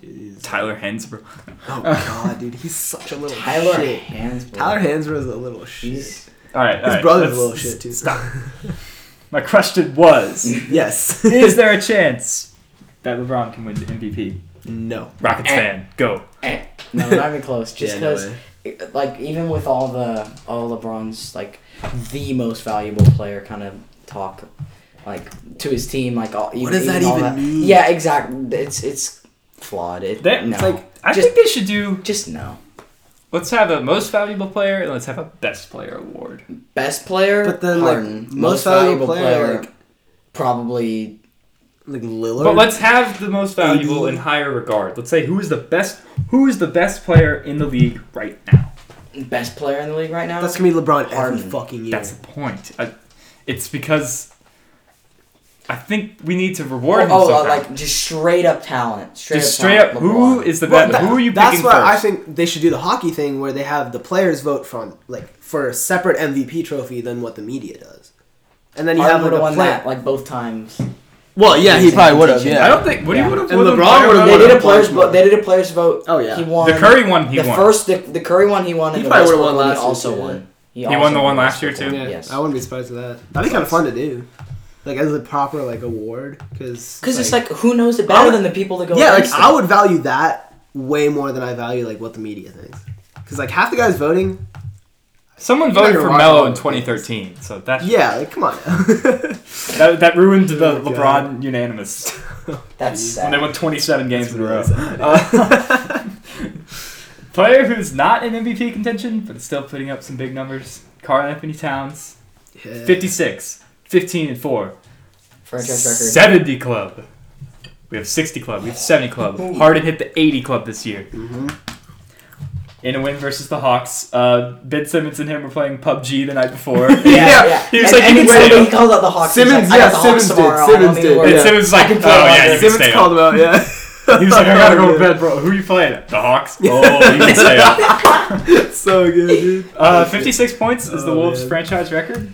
Speaker 3: Jeez.
Speaker 2: Tyler Hensbrough.
Speaker 3: Oh god, dude, he's such a little
Speaker 4: Tyler
Speaker 3: shit.
Speaker 4: Hansbrough.
Speaker 3: Tyler Hansbrough is a little shit.
Speaker 4: He's,
Speaker 2: All right, all
Speaker 3: His
Speaker 2: right,
Speaker 3: brother's
Speaker 2: let's-
Speaker 3: a little shit too. Stop.
Speaker 2: My question was:
Speaker 3: yes.
Speaker 2: Is there a chance that LeBron can win the MVP?
Speaker 3: no.
Speaker 2: Rockets
Speaker 4: Eh.
Speaker 2: fan, go.
Speaker 4: eh, no, not even close. Just
Speaker 3: Yeah, no
Speaker 4: because,
Speaker 3: way.
Speaker 4: like, even with all the all LeBron's like the most valuable player kind of talk, like to his team, like all. What
Speaker 3: does that even mean?
Speaker 4: Yeah, exactly. It's it's flawed. It,
Speaker 2: That-
Speaker 4: no.
Speaker 2: it's like- I
Speaker 4: Just-
Speaker 2: think they should do.
Speaker 4: just no.
Speaker 2: Let's have a most valuable player and let's have a best player award.
Speaker 4: Best player,
Speaker 3: But then, like,
Speaker 4: Harden.
Speaker 3: most valuable player, like-
Speaker 4: probably.
Speaker 3: Like Lillard.
Speaker 2: But let's have the most valuable
Speaker 3: AD.
Speaker 2: in higher regard. Let's say who is the best who is the best player in the league right now.
Speaker 4: Best player in the league right now.
Speaker 3: That's gonna be LeBron every
Speaker 4: Harden.
Speaker 3: fucking year.
Speaker 2: That's the point. I, it's because I think we need to reward
Speaker 4: oh,
Speaker 2: him
Speaker 4: oh,
Speaker 2: somehow.
Speaker 4: like just straight up talent. Straight
Speaker 2: Just
Speaker 4: up
Speaker 2: straight up,
Speaker 4: talent,
Speaker 2: who
Speaker 4: LeBron.
Speaker 2: is the
Speaker 3: Well,
Speaker 2: best?
Speaker 3: that-
Speaker 2: who are you
Speaker 3: that's
Speaker 2: picking
Speaker 3: why I
Speaker 2: first?
Speaker 3: think they should do the hockey thing where they have the players vote from like for a separate MVP trophy than what the media does, and then you
Speaker 4: Harden
Speaker 3: have
Speaker 4: would
Speaker 3: like a
Speaker 4: have won
Speaker 3: player.
Speaker 4: that like what if times.
Speaker 3: Well, yeah, he probably would have.
Speaker 4: Contention.
Speaker 3: Yeah,
Speaker 2: I don't think. What do
Speaker 4: Yeah.
Speaker 2: you would have?
Speaker 3: And
Speaker 2: what
Speaker 3: LeBron
Speaker 2: player
Speaker 3: would've
Speaker 2: would
Speaker 4: They
Speaker 2: have
Speaker 3: won
Speaker 4: did a
Speaker 3: Bunch
Speaker 4: players
Speaker 3: more.
Speaker 4: vote. They did a players vote.
Speaker 3: Oh, yeah.
Speaker 4: he won
Speaker 2: The Curry one. He
Speaker 4: the
Speaker 2: won.
Speaker 4: first the, the Curry one. He won.
Speaker 3: He
Speaker 4: And the
Speaker 3: probably
Speaker 4: Westbrook
Speaker 3: would've won
Speaker 4: one
Speaker 3: last year,
Speaker 4: also
Speaker 3: too.
Speaker 4: won.
Speaker 2: He won
Speaker 4: also
Speaker 2: the one
Speaker 4: the
Speaker 2: last year,
Speaker 4: Westbrook
Speaker 2: too?
Speaker 4: one,
Speaker 3: Yeah,
Speaker 4: Yes.
Speaker 3: I wouldn't be surprised with that. That'd be kind of fun to do, like as a proper like award, because
Speaker 4: Because it's like who knows it better
Speaker 3: would-
Speaker 4: than the people that go.
Speaker 3: yeah, like
Speaker 4: against
Speaker 3: I
Speaker 4: them.
Speaker 3: would value that way more than I value like what the media thinks, because like half the guys voting,
Speaker 2: Someone
Speaker 3: not
Speaker 2: voted
Speaker 3: gonna
Speaker 2: for
Speaker 3: watch all
Speaker 2: Melo in
Speaker 3: of these.
Speaker 2: 2013, so that
Speaker 3: yeah, like come on. now.
Speaker 2: that, that ruined the
Speaker 3: Oh, God.
Speaker 2: LeBron unanimous
Speaker 4: That's
Speaker 2: when they
Speaker 4: sad.
Speaker 2: won 27 games in a row.
Speaker 3: That's really
Speaker 2: Uh, player who's not in MVP contention but is still putting up some big numbers. Carl Anthony Towns,
Speaker 3: Yeah.
Speaker 2: 56. 15 and 4.
Speaker 4: Franchise record.
Speaker 2: 70 club. We have 60 club. We have 70 club. Harden hit the 80 club this year
Speaker 3: hmm
Speaker 2: in a win versus the Hawks. Uh, ben Simmons and him were playing PUBG the night before.
Speaker 3: Yeah.
Speaker 2: He was
Speaker 4: and,
Speaker 2: like,
Speaker 4: and
Speaker 2: you
Speaker 4: it's
Speaker 2: can
Speaker 4: funny
Speaker 2: stay.
Speaker 4: when he called out the Hawks. He's
Speaker 3: Simmons,
Speaker 4: like, I
Speaker 3: yeah,
Speaker 4: got the Hawks
Speaker 3: Simmons did,
Speaker 4: tomorrow. I don't
Speaker 3: Simmons
Speaker 4: need to
Speaker 3: did,
Speaker 4: worry
Speaker 2: And
Speaker 3: yeah.
Speaker 4: about it.
Speaker 2: Simmons was like,
Speaker 4: I
Speaker 2: oh
Speaker 4: can play all
Speaker 2: yeah,
Speaker 4: day."
Speaker 2: you can
Speaker 3: Simmons
Speaker 2: stay
Speaker 3: called
Speaker 2: up.
Speaker 3: him out. Yeah.
Speaker 2: He was like, I gotta go to bed, bro. Who are you playing? at?" The Hawks. Oh, you can stay up.
Speaker 3: so good, dude.
Speaker 2: Uh, 56 points is the
Speaker 3: Oh,
Speaker 2: Wolves'
Speaker 3: man.
Speaker 2: franchise record.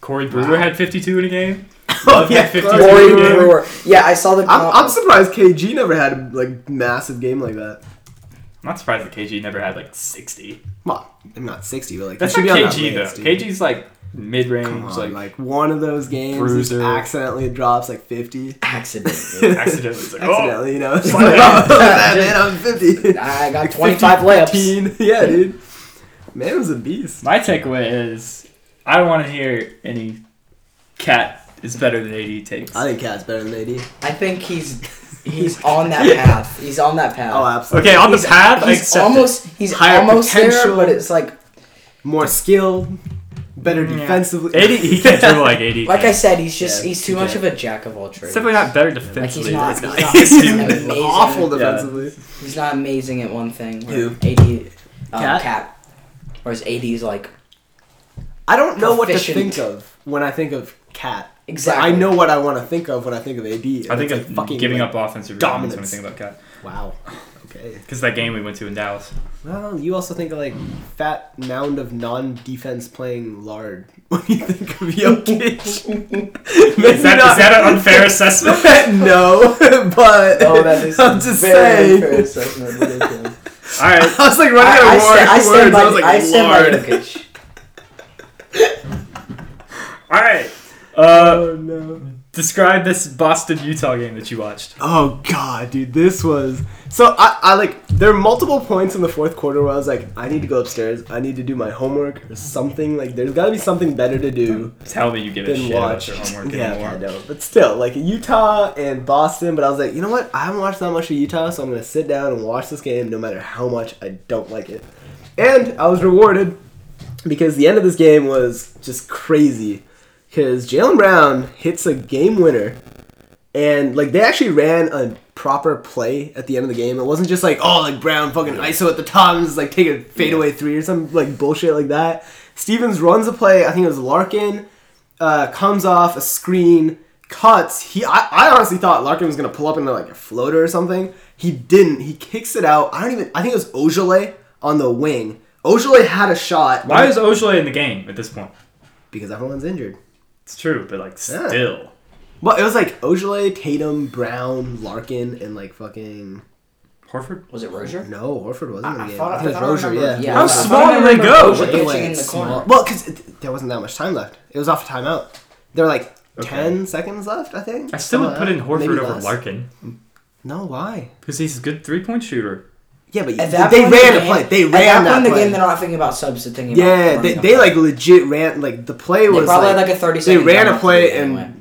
Speaker 2: Corey Brewer had 52 in a game.
Speaker 3: Oh,
Speaker 2: yeah,
Speaker 3: yeah,
Speaker 2: fifty
Speaker 3: Clark.
Speaker 2: Corey
Speaker 4: Corey
Speaker 2: Brewer.
Speaker 4: Brewer. Yeah, I saw the.
Speaker 3: I'm, I'm surprised KG never had a like massive game like that.
Speaker 2: I'm not surprised that KG never had like 60.
Speaker 3: Come on, I'm not 60, but like
Speaker 2: That's
Speaker 3: he
Speaker 2: not
Speaker 3: should be on that
Speaker 2: KG
Speaker 3: list,
Speaker 2: though.
Speaker 3: dude.
Speaker 2: KG's like mid
Speaker 3: Come
Speaker 2: range,
Speaker 3: on,
Speaker 2: like,
Speaker 3: like, one of those games just
Speaker 2: Bruiser.
Speaker 3: accidentally drops like 50.
Speaker 4: accident.
Speaker 2: accidentally. It's like, oh,
Speaker 3: accidentally, you know. It's
Speaker 2: Slide
Speaker 3: like,
Speaker 2: down.
Speaker 3: oh, that man, I'm 50.
Speaker 4: I got
Speaker 3: Like,
Speaker 4: 25 layups.
Speaker 3: 15. Yeah, dude. Man was a beast.
Speaker 2: oh! My takeaway is I don't want to hear any cat is better than AD takes.
Speaker 3: I think Cat's better than AD.
Speaker 4: I think he's he's on that path. He's on that path.
Speaker 3: Oh, absolutely.
Speaker 2: okay, on the
Speaker 4: He's-
Speaker 2: path, I
Speaker 4: he's
Speaker 2: accept
Speaker 4: almost he's
Speaker 3: Higher
Speaker 4: almost there,
Speaker 3: potential.
Speaker 4: but it's like
Speaker 3: More skilled, better defensively.
Speaker 2: it. AD, he can't dribble like AD.
Speaker 4: like
Speaker 2: can.
Speaker 4: I said, he's just
Speaker 3: Yeah,
Speaker 4: he's too
Speaker 3: he
Speaker 4: much
Speaker 3: can.
Speaker 4: of a jack of all
Speaker 2: It's
Speaker 4: trades.
Speaker 2: definitely not better
Speaker 4: Like he's
Speaker 2: defensively.
Speaker 4: not,
Speaker 2: It's
Speaker 4: he's
Speaker 2: not-
Speaker 4: not,
Speaker 2: it's
Speaker 4: he's
Speaker 2: stupid.
Speaker 4: amazing.
Speaker 3: Awful
Speaker 2: Yeah.
Speaker 3: defensively.
Speaker 4: He's not amazing at one thing. where
Speaker 3: Who?
Speaker 4: AD um,
Speaker 3: Cat?
Speaker 4: Cat. Whereas AD is like
Speaker 3: I don't know
Speaker 4: Proficient.
Speaker 3: what to think of when I think of Cat.
Speaker 4: exactly.
Speaker 3: I know what I want to think of when I think of AD. and
Speaker 2: I think
Speaker 3: it's,
Speaker 2: it's fucking giving
Speaker 3: like,
Speaker 2: up offensive dominance when I
Speaker 3: dominance.
Speaker 2: think about cat.
Speaker 3: Wow. Okay.
Speaker 2: Because that game we went to in Dallas.
Speaker 3: Well, you also think of like fat mound of non-defense playing lard when you think of Jokic.
Speaker 2: Is that, is that an unfair assessment?
Speaker 3: no, but
Speaker 4: Oh, that is
Speaker 3: I'm just
Speaker 4: very
Speaker 3: saying.
Speaker 4: unfair assessment. Ridiculous.
Speaker 2: All right.
Speaker 3: I was like
Speaker 4: I,
Speaker 3: running out
Speaker 4: I,
Speaker 3: of wor-
Speaker 4: sta- I
Speaker 3: words.
Speaker 4: stand by
Speaker 3: I was like
Speaker 4: I stand by
Speaker 3: lard.
Speaker 4: Jokic.
Speaker 2: All right. Uh,
Speaker 3: Oh no.
Speaker 2: describe this Boston Utah game that you watched.
Speaker 3: Oh god, dude, this was so. I, I like there are multiple points in the fourth quarter where I was like, I need to go upstairs. I need to do my homework or something. Like, there's got to be something better to do.
Speaker 2: Tell me you give a
Speaker 3: Didn't
Speaker 2: shit
Speaker 3: watch.
Speaker 2: about their homework
Speaker 3: yeah, I
Speaker 2: anymore.
Speaker 3: know. But still, like Utah and Boston. But I was like, you know what? I haven't watched that much of Utah, so I'm gonna sit down and watch this game, no matter how much I don't like it. And I was rewarded because the end of this game was just crazy. Because Jalen Brown hits a game winner, and like they actually ran a proper play at the end of the game. It wasn't just like oh like Brown fucking ISO at the top and just like take a fadeaway three or some like bullshit like that. Stevens runs a play. I think it was Larkin uh, comes off a screen, cuts. He, I, I honestly thought Larkin was gonna pull up into like a floater or something. He didn't. He kicks it out. I don't even. I think it was Ojale on the wing. Ojale had a shot.
Speaker 2: Why is Ojale in the game at this point?
Speaker 3: Because everyone's injured.
Speaker 2: It's true, but like still.
Speaker 3: But it was like Ojale, Tatum, Brown, Larkin, and like fucking
Speaker 2: Horford?
Speaker 4: Was it Rozier?
Speaker 3: no, Horford wasn't in the
Speaker 4: I
Speaker 3: game.
Speaker 4: thought-
Speaker 3: I
Speaker 4: I
Speaker 3: think it
Speaker 4: thought I
Speaker 3: was Rozier. Yeah.
Speaker 4: remember- yeah.
Speaker 2: How
Speaker 4: I
Speaker 2: small
Speaker 4: thought I
Speaker 2: do they
Speaker 4: remember
Speaker 2: go?
Speaker 4: Rozier
Speaker 3: But they
Speaker 4: catching
Speaker 3: went
Speaker 4: in the
Speaker 3: small.
Speaker 4: corner.
Speaker 3: Well, because there wasn't that much time left. It was off a timeout. There were like ten seconds left. I think.
Speaker 2: I still would put in
Speaker 3: Something like that.
Speaker 2: Horford
Speaker 3: Maybe
Speaker 2: over
Speaker 3: less.
Speaker 2: Larkin
Speaker 3: No, why?
Speaker 2: because he's a good three point shooter.
Speaker 3: Yeah, but
Speaker 4: At
Speaker 3: they-
Speaker 4: that
Speaker 3: they
Speaker 4: point in
Speaker 3: ran
Speaker 4: the
Speaker 3: a play.
Speaker 4: game-
Speaker 3: They
Speaker 4: At
Speaker 3: ran
Speaker 4: that point in
Speaker 3: that
Speaker 4: the
Speaker 3: play.
Speaker 4: game, they're not thinking about subs. They're thinking
Speaker 3: yeah,
Speaker 4: about
Speaker 3: they,
Speaker 4: running
Speaker 3: they
Speaker 4: a
Speaker 3: like legit ran like the play
Speaker 4: play.
Speaker 3: was
Speaker 4: they probably
Speaker 3: like,
Speaker 4: had like a thirty
Speaker 3: they
Speaker 4: second.
Speaker 3: ran a
Speaker 4: timeout
Speaker 3: play
Speaker 4: period
Speaker 3: and
Speaker 4: anyway.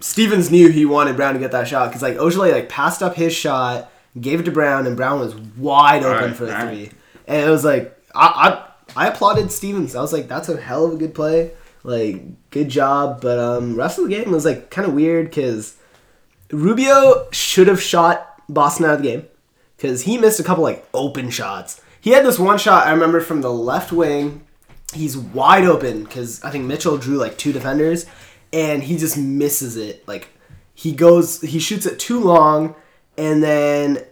Speaker 3: Stevens knew he wanted Brown to get that shot because like Ojale like passed up his shot, gave it to Brown, and Brown was wide open
Speaker 2: right,
Speaker 3: for a
Speaker 2: all right.
Speaker 3: three, and it was like I, I I applauded Stevens. I was like, that's a hell of a good play, like good job. But um, rest of the game was like kind of weird because Rubio should have shot Boston out of the game because he missed a couple like open shots. He had this one shot I remember from the left wing. He's wide open because I think Mitchell drew like two defenders, and he just misses it. Like he goes, he shoots it too long, and then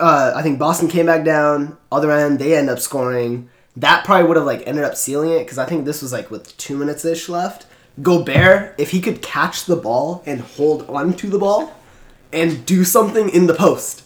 Speaker 3: uh, I think Boston came back down. Other end, they end up scoring. That probably would have like ended up sealing it because I think this was like with two minutes ish left. Gobert, if he could catch the ball and hold on to the ball, and do something in the post,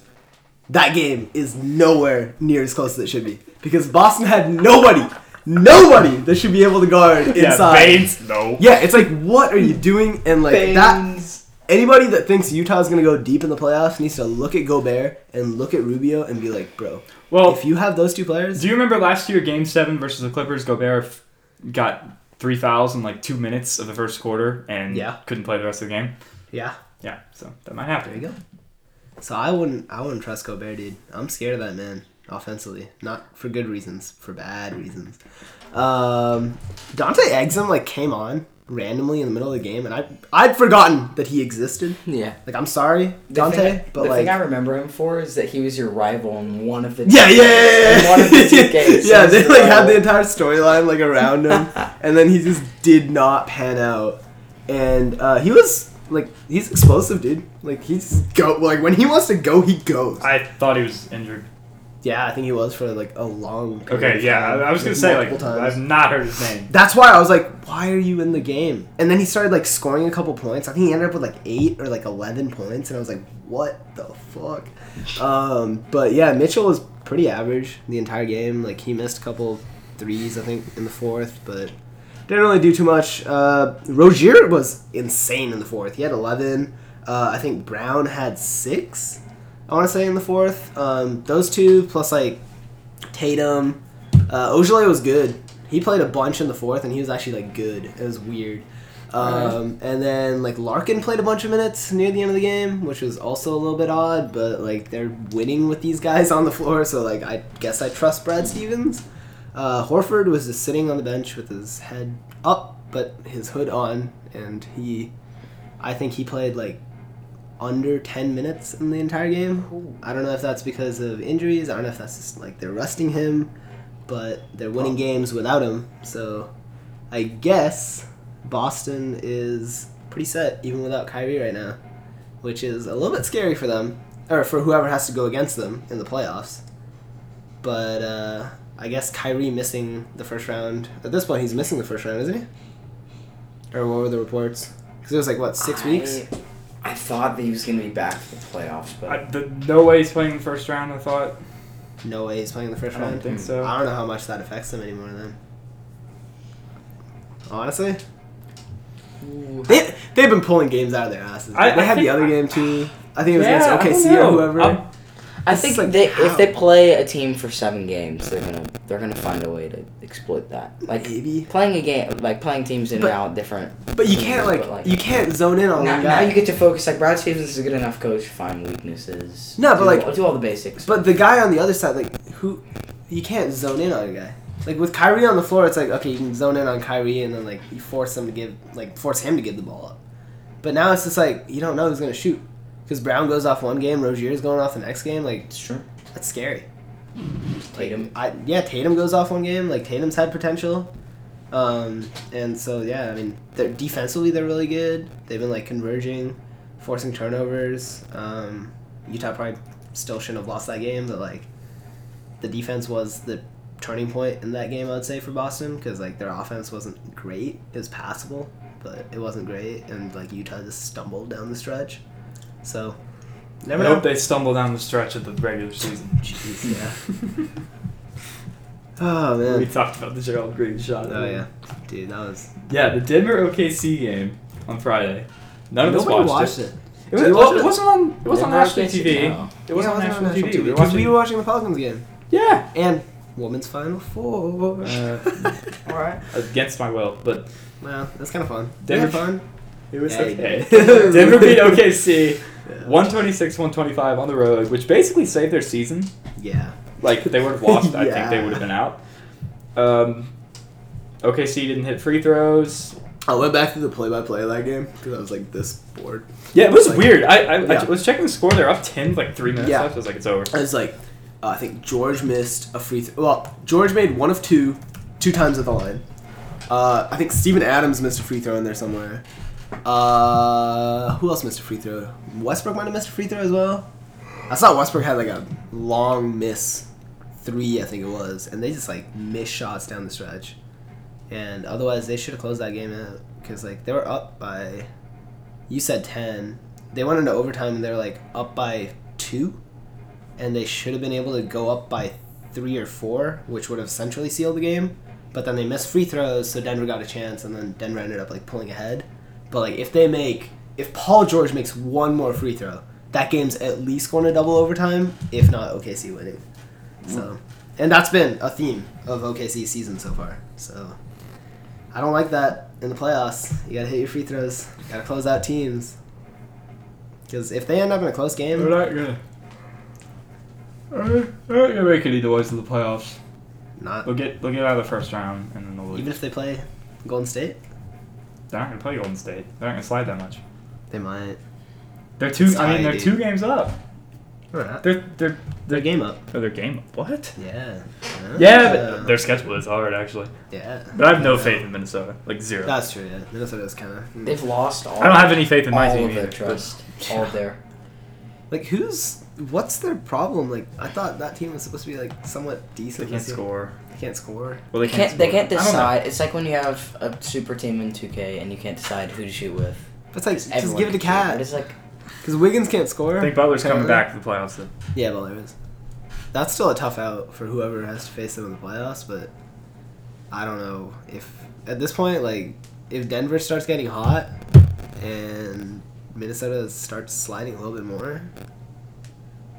Speaker 3: that game is nowhere near as close as it should be because Boston had nobody, nobody that should be able to guard inside.
Speaker 2: Yeah, Baines? No.
Speaker 3: Yeah, it's like what are you doing? And like that, anybody that thinks Utah's gonna go deep in the playoffs needs to look at Gobert and look at Rubio and be like, bro,
Speaker 2: Well,
Speaker 3: if you have those two players,
Speaker 2: do you remember last year, Game 7 versus the Clippers? Gobert f- got three fouls in like two minutes of the first quarter and
Speaker 3: Yeah.
Speaker 2: couldn't play the rest of the game?
Speaker 3: yeah,
Speaker 2: Yeah, so that might happen.
Speaker 3: there you go. So I wouldn't, I wouldn't trust Gobert, dude. I'm scared of that man offensively, not for good reasons, for bad reasons. Um, Dante Exum like came on randomly in the middle of the game, and I I'd forgotten that he existed.
Speaker 4: Yeah.
Speaker 3: Like I'm sorry,
Speaker 4: The
Speaker 3: Dante,
Speaker 4: thing,
Speaker 3: but
Speaker 4: the
Speaker 3: like
Speaker 4: thing I remember him for is that he was your rival in one of the
Speaker 3: yeah, yeah, yeah,
Speaker 4: in
Speaker 3: yeah.
Speaker 4: one of the two games.
Speaker 3: yeah,
Speaker 4: He was uh,
Speaker 3: they
Speaker 4: your
Speaker 3: like had the
Speaker 4: rival.
Speaker 3: entire storyline like around him, and then he just did not pan out. And uh, he was like, he's explosive, dude. Like he's go like when he wants to go, he goes.
Speaker 5: I thought he was injured.
Speaker 3: Yeah, I think he was for like a long. period
Speaker 5: Okay,
Speaker 3: of
Speaker 5: yeah, I,
Speaker 3: time,
Speaker 5: I was gonna say like
Speaker 3: multiple times.
Speaker 5: I've not heard his name.
Speaker 3: That's why I was like, why are you in the game? And then he started like scoring a couple points. I think he ended up with like eight or like eleven points, and I was like, what the fuck? Um, but yeah, Mitchell was pretty average the entire game. Like he missed a couple threes, I think, in the fourth, but didn't really do too much. Uh, Rozier was insane in the fourth. He had eleven. Uh, I think Brown had six. I want to say in the fourth. Um, those two plus like Tatum. Uh, Ojale was good. He played a bunch in the fourth, and he was actually like good. It was weird. Um, and then like Larkin played a bunch of minutes near the end of the game, which was also a little bit odd. But like they're winning with these guys on the floor, so like I guess I trust Brad Stevens. Uh, Horford was just sitting on the bench with his head up, but his hood on, and he, I think he played like under 10 minutes in the entire game. I don't know if that's because of injuries. I don't know if that's just like they're resting him, but they're winning games without him. So I guess Boston is pretty set even without Kyrie right now, which is a little bit scary for them or for whoever has to go against them in the playoffs. But uh, I guess Kyrie missing the first round. At this point, he's missing the first round, isn't he? Or what were the reports? Because it was like what six weeks.
Speaker 4: oh, I, I thought that he was gonna be back for the playoffs, but
Speaker 5: I, the, no way he's playing the first round. I thought.
Speaker 3: No way he's playing the first
Speaker 5: I don't
Speaker 3: round.
Speaker 5: think so.
Speaker 3: I don't know how much that affects them anymore. Then, honestly,
Speaker 4: Ooh.
Speaker 3: they they've been pulling games out of their asses.
Speaker 5: I-
Speaker 3: they
Speaker 5: I
Speaker 3: had the
Speaker 5: think-
Speaker 3: other game too. I think it was
Speaker 5: Yeah, I
Speaker 3: against
Speaker 5: don't
Speaker 3: OKC or
Speaker 5: know. Um,
Speaker 3: whoever.
Speaker 5: I'm-
Speaker 4: I
Speaker 3: It's
Speaker 4: think
Speaker 3: like,
Speaker 4: they
Speaker 3: how?
Speaker 4: if they play a team for seven games, they're gonna they're gonna find a way to exploit that. Like
Speaker 3: Maybe.
Speaker 4: playing a game, like playing teams in
Speaker 3: But- Oh
Speaker 4: and out different.
Speaker 3: but you can't like, you can't zone in on
Speaker 4: now,
Speaker 3: one
Speaker 4: now
Speaker 3: guy.
Speaker 4: you get to focus. Like Brad Stevens is a good enough coach to find weaknesses.
Speaker 3: No, but,
Speaker 4: do
Speaker 3: like-
Speaker 4: all- do all the basics.
Speaker 3: but the guy on the other side, like who, you can't zone in on a guy. Like with Kyrie on the floor, it's like okay, you can zone in on Kyrie and then like you force them to give, like force him to give the ball up. But now it's just like you don't know who's gonna shoot. Because Brown goes off one game, Rozier's going off the next game. Like
Speaker 4: it's true.
Speaker 3: That's scary.
Speaker 4: Tatum.
Speaker 3: I, yeah, Tatum goes off one game. Like Tatum's had potential, um, and so yeah, I mean, they're defensively they're really good. They've been like converging, forcing turnovers. Um, Utah probably still shouldn't have lost that game, but like the defense was the turning point in that game. I would say for Boston because like their offense wasn't great. It was passable, but it wasn't great, and like Utah just stumbled down the stretch. So never
Speaker 5: I
Speaker 3: know.
Speaker 5: hope they stumble down the stretch of the regular season.
Speaker 3: Jeez, yeah. oh man.
Speaker 5: We talked about the Gerald Green shot.
Speaker 3: Oh yeah, dude, that was.
Speaker 5: Yeah, the Denver OKC game on Friday. None of us
Speaker 3: Nobody
Speaker 5: watched, it. It, was,
Speaker 3: Did you watch
Speaker 5: well,
Speaker 3: it?
Speaker 5: it wasn't on. It wasn't on
Speaker 4: Denver
Speaker 5: national
Speaker 4: OKC?
Speaker 5: TV.
Speaker 4: No.
Speaker 5: It wasn't on
Speaker 3: Yeah,
Speaker 5: national TV. We were
Speaker 3: Because
Speaker 5: watching.
Speaker 3: we were watching the Falcons game
Speaker 5: yeah.
Speaker 3: and women's final four.
Speaker 5: Uh,
Speaker 4: All right.
Speaker 5: against my will, but
Speaker 3: well, that's kind of fun.
Speaker 5: Denver-
Speaker 3: Denver fun.
Speaker 5: it was
Speaker 3: Yeah, you
Speaker 5: okay.
Speaker 3: did.
Speaker 5: Denver beat OKC 126 125 on the road, which basically saved their season.
Speaker 3: Yeah.
Speaker 5: Like, they would have lost. I think
Speaker 3: Yeah.
Speaker 5: they would have been out. Um, OKC didn't hit free throws.
Speaker 3: I went back to the play-by-play of that game because I was like this bored.
Speaker 5: Yeah, it was
Speaker 3: Like-
Speaker 5: weird. I, I,
Speaker 3: Yeah.
Speaker 5: I was checking the score. They're up 10, like three minutes
Speaker 3: Yeah.
Speaker 5: left. I was like, it's over.
Speaker 3: I was like, uh, I think George missed a free. Th- well, George made one of two, two times at the line. Uh, I think Steven Adams missed a free throw in there somewhere. Uh, who else missed a free throw? Westbrook might have missed a free throw as well. I saw Westbrook had like a long miss three, I think it was, and they just like missed shots down the stretch. And otherwise, they should have closed that game out because like they were up by. You said ten. They went into overtime and they were like up by two and they should have been able to go up by three or four, which would have essentially sealed the game. But then they missed free throws, so Denver got a chance, and then Denver ended up like pulling ahead. But like if they make, if Paul George makes one more free throw, that game's at least going to double overtime, if not OKC winning. So, and that's been a theme of OKC season so far. So, I don't like that in the playoffs. You gotta hit your free throws. Gotta close out teams. Because if they end up in a close game,
Speaker 5: not gonna. They're not gonna make any noise in the playoffs.
Speaker 3: Not
Speaker 2: They'll get they'll get out of the first round and then they'll lose.
Speaker 3: even if they play Golden State,
Speaker 2: They're not gonna play Golden State. They're not gonna slide that much.
Speaker 3: they might.
Speaker 2: They're two.
Speaker 3: It's
Speaker 2: I mean,
Speaker 3: tied,
Speaker 2: they're
Speaker 3: dude.
Speaker 2: two games up.
Speaker 3: They're not.
Speaker 2: They're they're
Speaker 3: They're game up.
Speaker 2: oh, their game. up. What?
Speaker 3: Yeah.
Speaker 2: Yeah, but
Speaker 3: Uh,
Speaker 2: their schedule is hard actually.
Speaker 3: yeah.
Speaker 2: But I have no faith in Minnesota. Like zero.
Speaker 3: That's true. Yeah, Minnesota's kind of
Speaker 4: They've lost all.
Speaker 2: I don't have any faith in my
Speaker 4: all
Speaker 2: team
Speaker 4: of their
Speaker 2: either, but-
Speaker 4: trust, all of their.
Speaker 3: like who's what's their problem? Like I thought that team was supposed to be like somewhat
Speaker 2: They
Speaker 3: decent.
Speaker 2: can't
Speaker 3: this year.
Speaker 2: score.
Speaker 3: They can't score.
Speaker 2: Well,
Speaker 4: They can't. They
Speaker 2: score.
Speaker 4: can't
Speaker 2: I don't know.
Speaker 4: decide. It's like when you have a super team in 2K and you can't decide who to shoot with.
Speaker 3: That's like just
Speaker 4: Everyone
Speaker 3: give it to
Speaker 4: can shoot, but
Speaker 3: Cat
Speaker 4: It's like
Speaker 3: because Wiggins can't score.
Speaker 2: I think Butler's coming
Speaker 3: Apparently.
Speaker 2: back to the playoffs. Though.
Speaker 3: Yeah, well, there is. That's still a tough out for whoever has to face them in the playoffs, but I don't know if at this point, like, if Denver starts getting hot and Minnesota starts sliding a little bit more,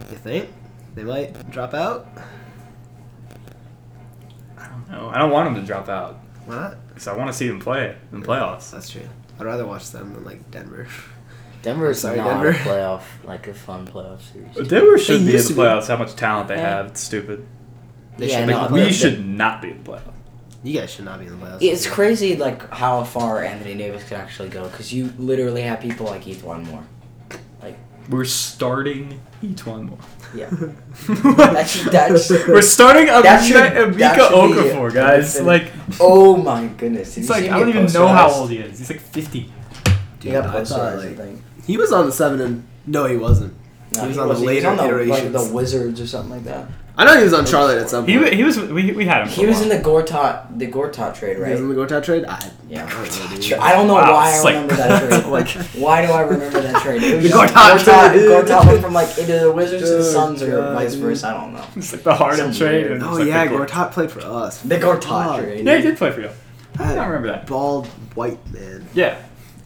Speaker 3: you think they might drop out?
Speaker 2: I don't know. I don't want them to drop out
Speaker 3: Why not?
Speaker 2: because I want to see them play in playoffs.
Speaker 3: That's true. I'd rather watch them than like Denver.
Speaker 4: Denver's
Speaker 3: Sorry,
Speaker 4: not
Speaker 3: Denver.
Speaker 4: a playoff, like a fun playoff series.
Speaker 2: Denver should be in
Speaker 3: used
Speaker 2: the
Speaker 3: to be.
Speaker 2: playoffs. How much talent they
Speaker 4: Yeah.
Speaker 2: have? It's stupid.
Speaker 3: They
Speaker 4: Yeah,
Speaker 3: should
Speaker 4: no,
Speaker 3: not
Speaker 4: I'm
Speaker 3: be-
Speaker 2: we
Speaker 4: they-
Speaker 2: should not be in the playoffs.
Speaker 3: You guys should not be in the playoffs.
Speaker 4: It's crazy, like how far Anthony Davis could actually go, because you literally have people like Heath one more.
Speaker 2: We're starting each one more.
Speaker 4: Yeah,
Speaker 2: that's,
Speaker 4: That's- that's-
Speaker 2: We're starting a
Speaker 4: That should- that
Speaker 2: Mika
Speaker 4: should be
Speaker 2: Okafor,
Speaker 4: it.
Speaker 2: guys.
Speaker 4: That's
Speaker 2: Like,
Speaker 4: Oh my goodness!
Speaker 2: it's like I don't even know how old he is. He's like fifty.
Speaker 4: He
Speaker 3: Dude,
Speaker 4: got
Speaker 3: I thought,
Speaker 4: posterized, I
Speaker 3: like,
Speaker 4: think.
Speaker 3: he was on the seven and no, he wasn't.
Speaker 4: No,
Speaker 3: he was on the
Speaker 4: wasn't. He was
Speaker 3: later
Speaker 4: on the, like,
Speaker 3: iterations.
Speaker 4: the Wizards or something like that.
Speaker 3: I know he was on Charlotte at some
Speaker 2: He,
Speaker 3: point.
Speaker 2: wa- he was we, we had him.
Speaker 4: He was in the Gortat the Gortat trade,
Speaker 3: He was in
Speaker 4: right?
Speaker 3: the Gortat trade. I,
Speaker 4: Yeah.
Speaker 3: I don't know, dude.
Speaker 4: Sure, I don't know
Speaker 2: Wow,
Speaker 4: why I
Speaker 2: it's like-
Speaker 4: remember that trade.
Speaker 3: Like-
Speaker 4: why do I remember that trade? It was
Speaker 3: The
Speaker 4: just
Speaker 3: Gortat trade, dude.
Speaker 4: Gortat went from like either the Wizards to the
Speaker 3: Oh,
Speaker 4: Suns or
Speaker 3: God,
Speaker 4: vice
Speaker 3: dude.
Speaker 4: versa. I don't know.
Speaker 2: It's like the Harden
Speaker 4: Some
Speaker 2: trade.
Speaker 4: weird-
Speaker 2: and it's
Speaker 3: Oh
Speaker 2: like
Speaker 3: yeah,
Speaker 2: the Gort-
Speaker 3: Gortat played for us.
Speaker 4: The Gortat
Speaker 3: Fuck.
Speaker 4: trade.
Speaker 2: Yeah, he did play for you.
Speaker 4: Uh,
Speaker 2: I don't
Speaker 3: That
Speaker 2: remember that.
Speaker 3: Bald white man.
Speaker 2: Yeah,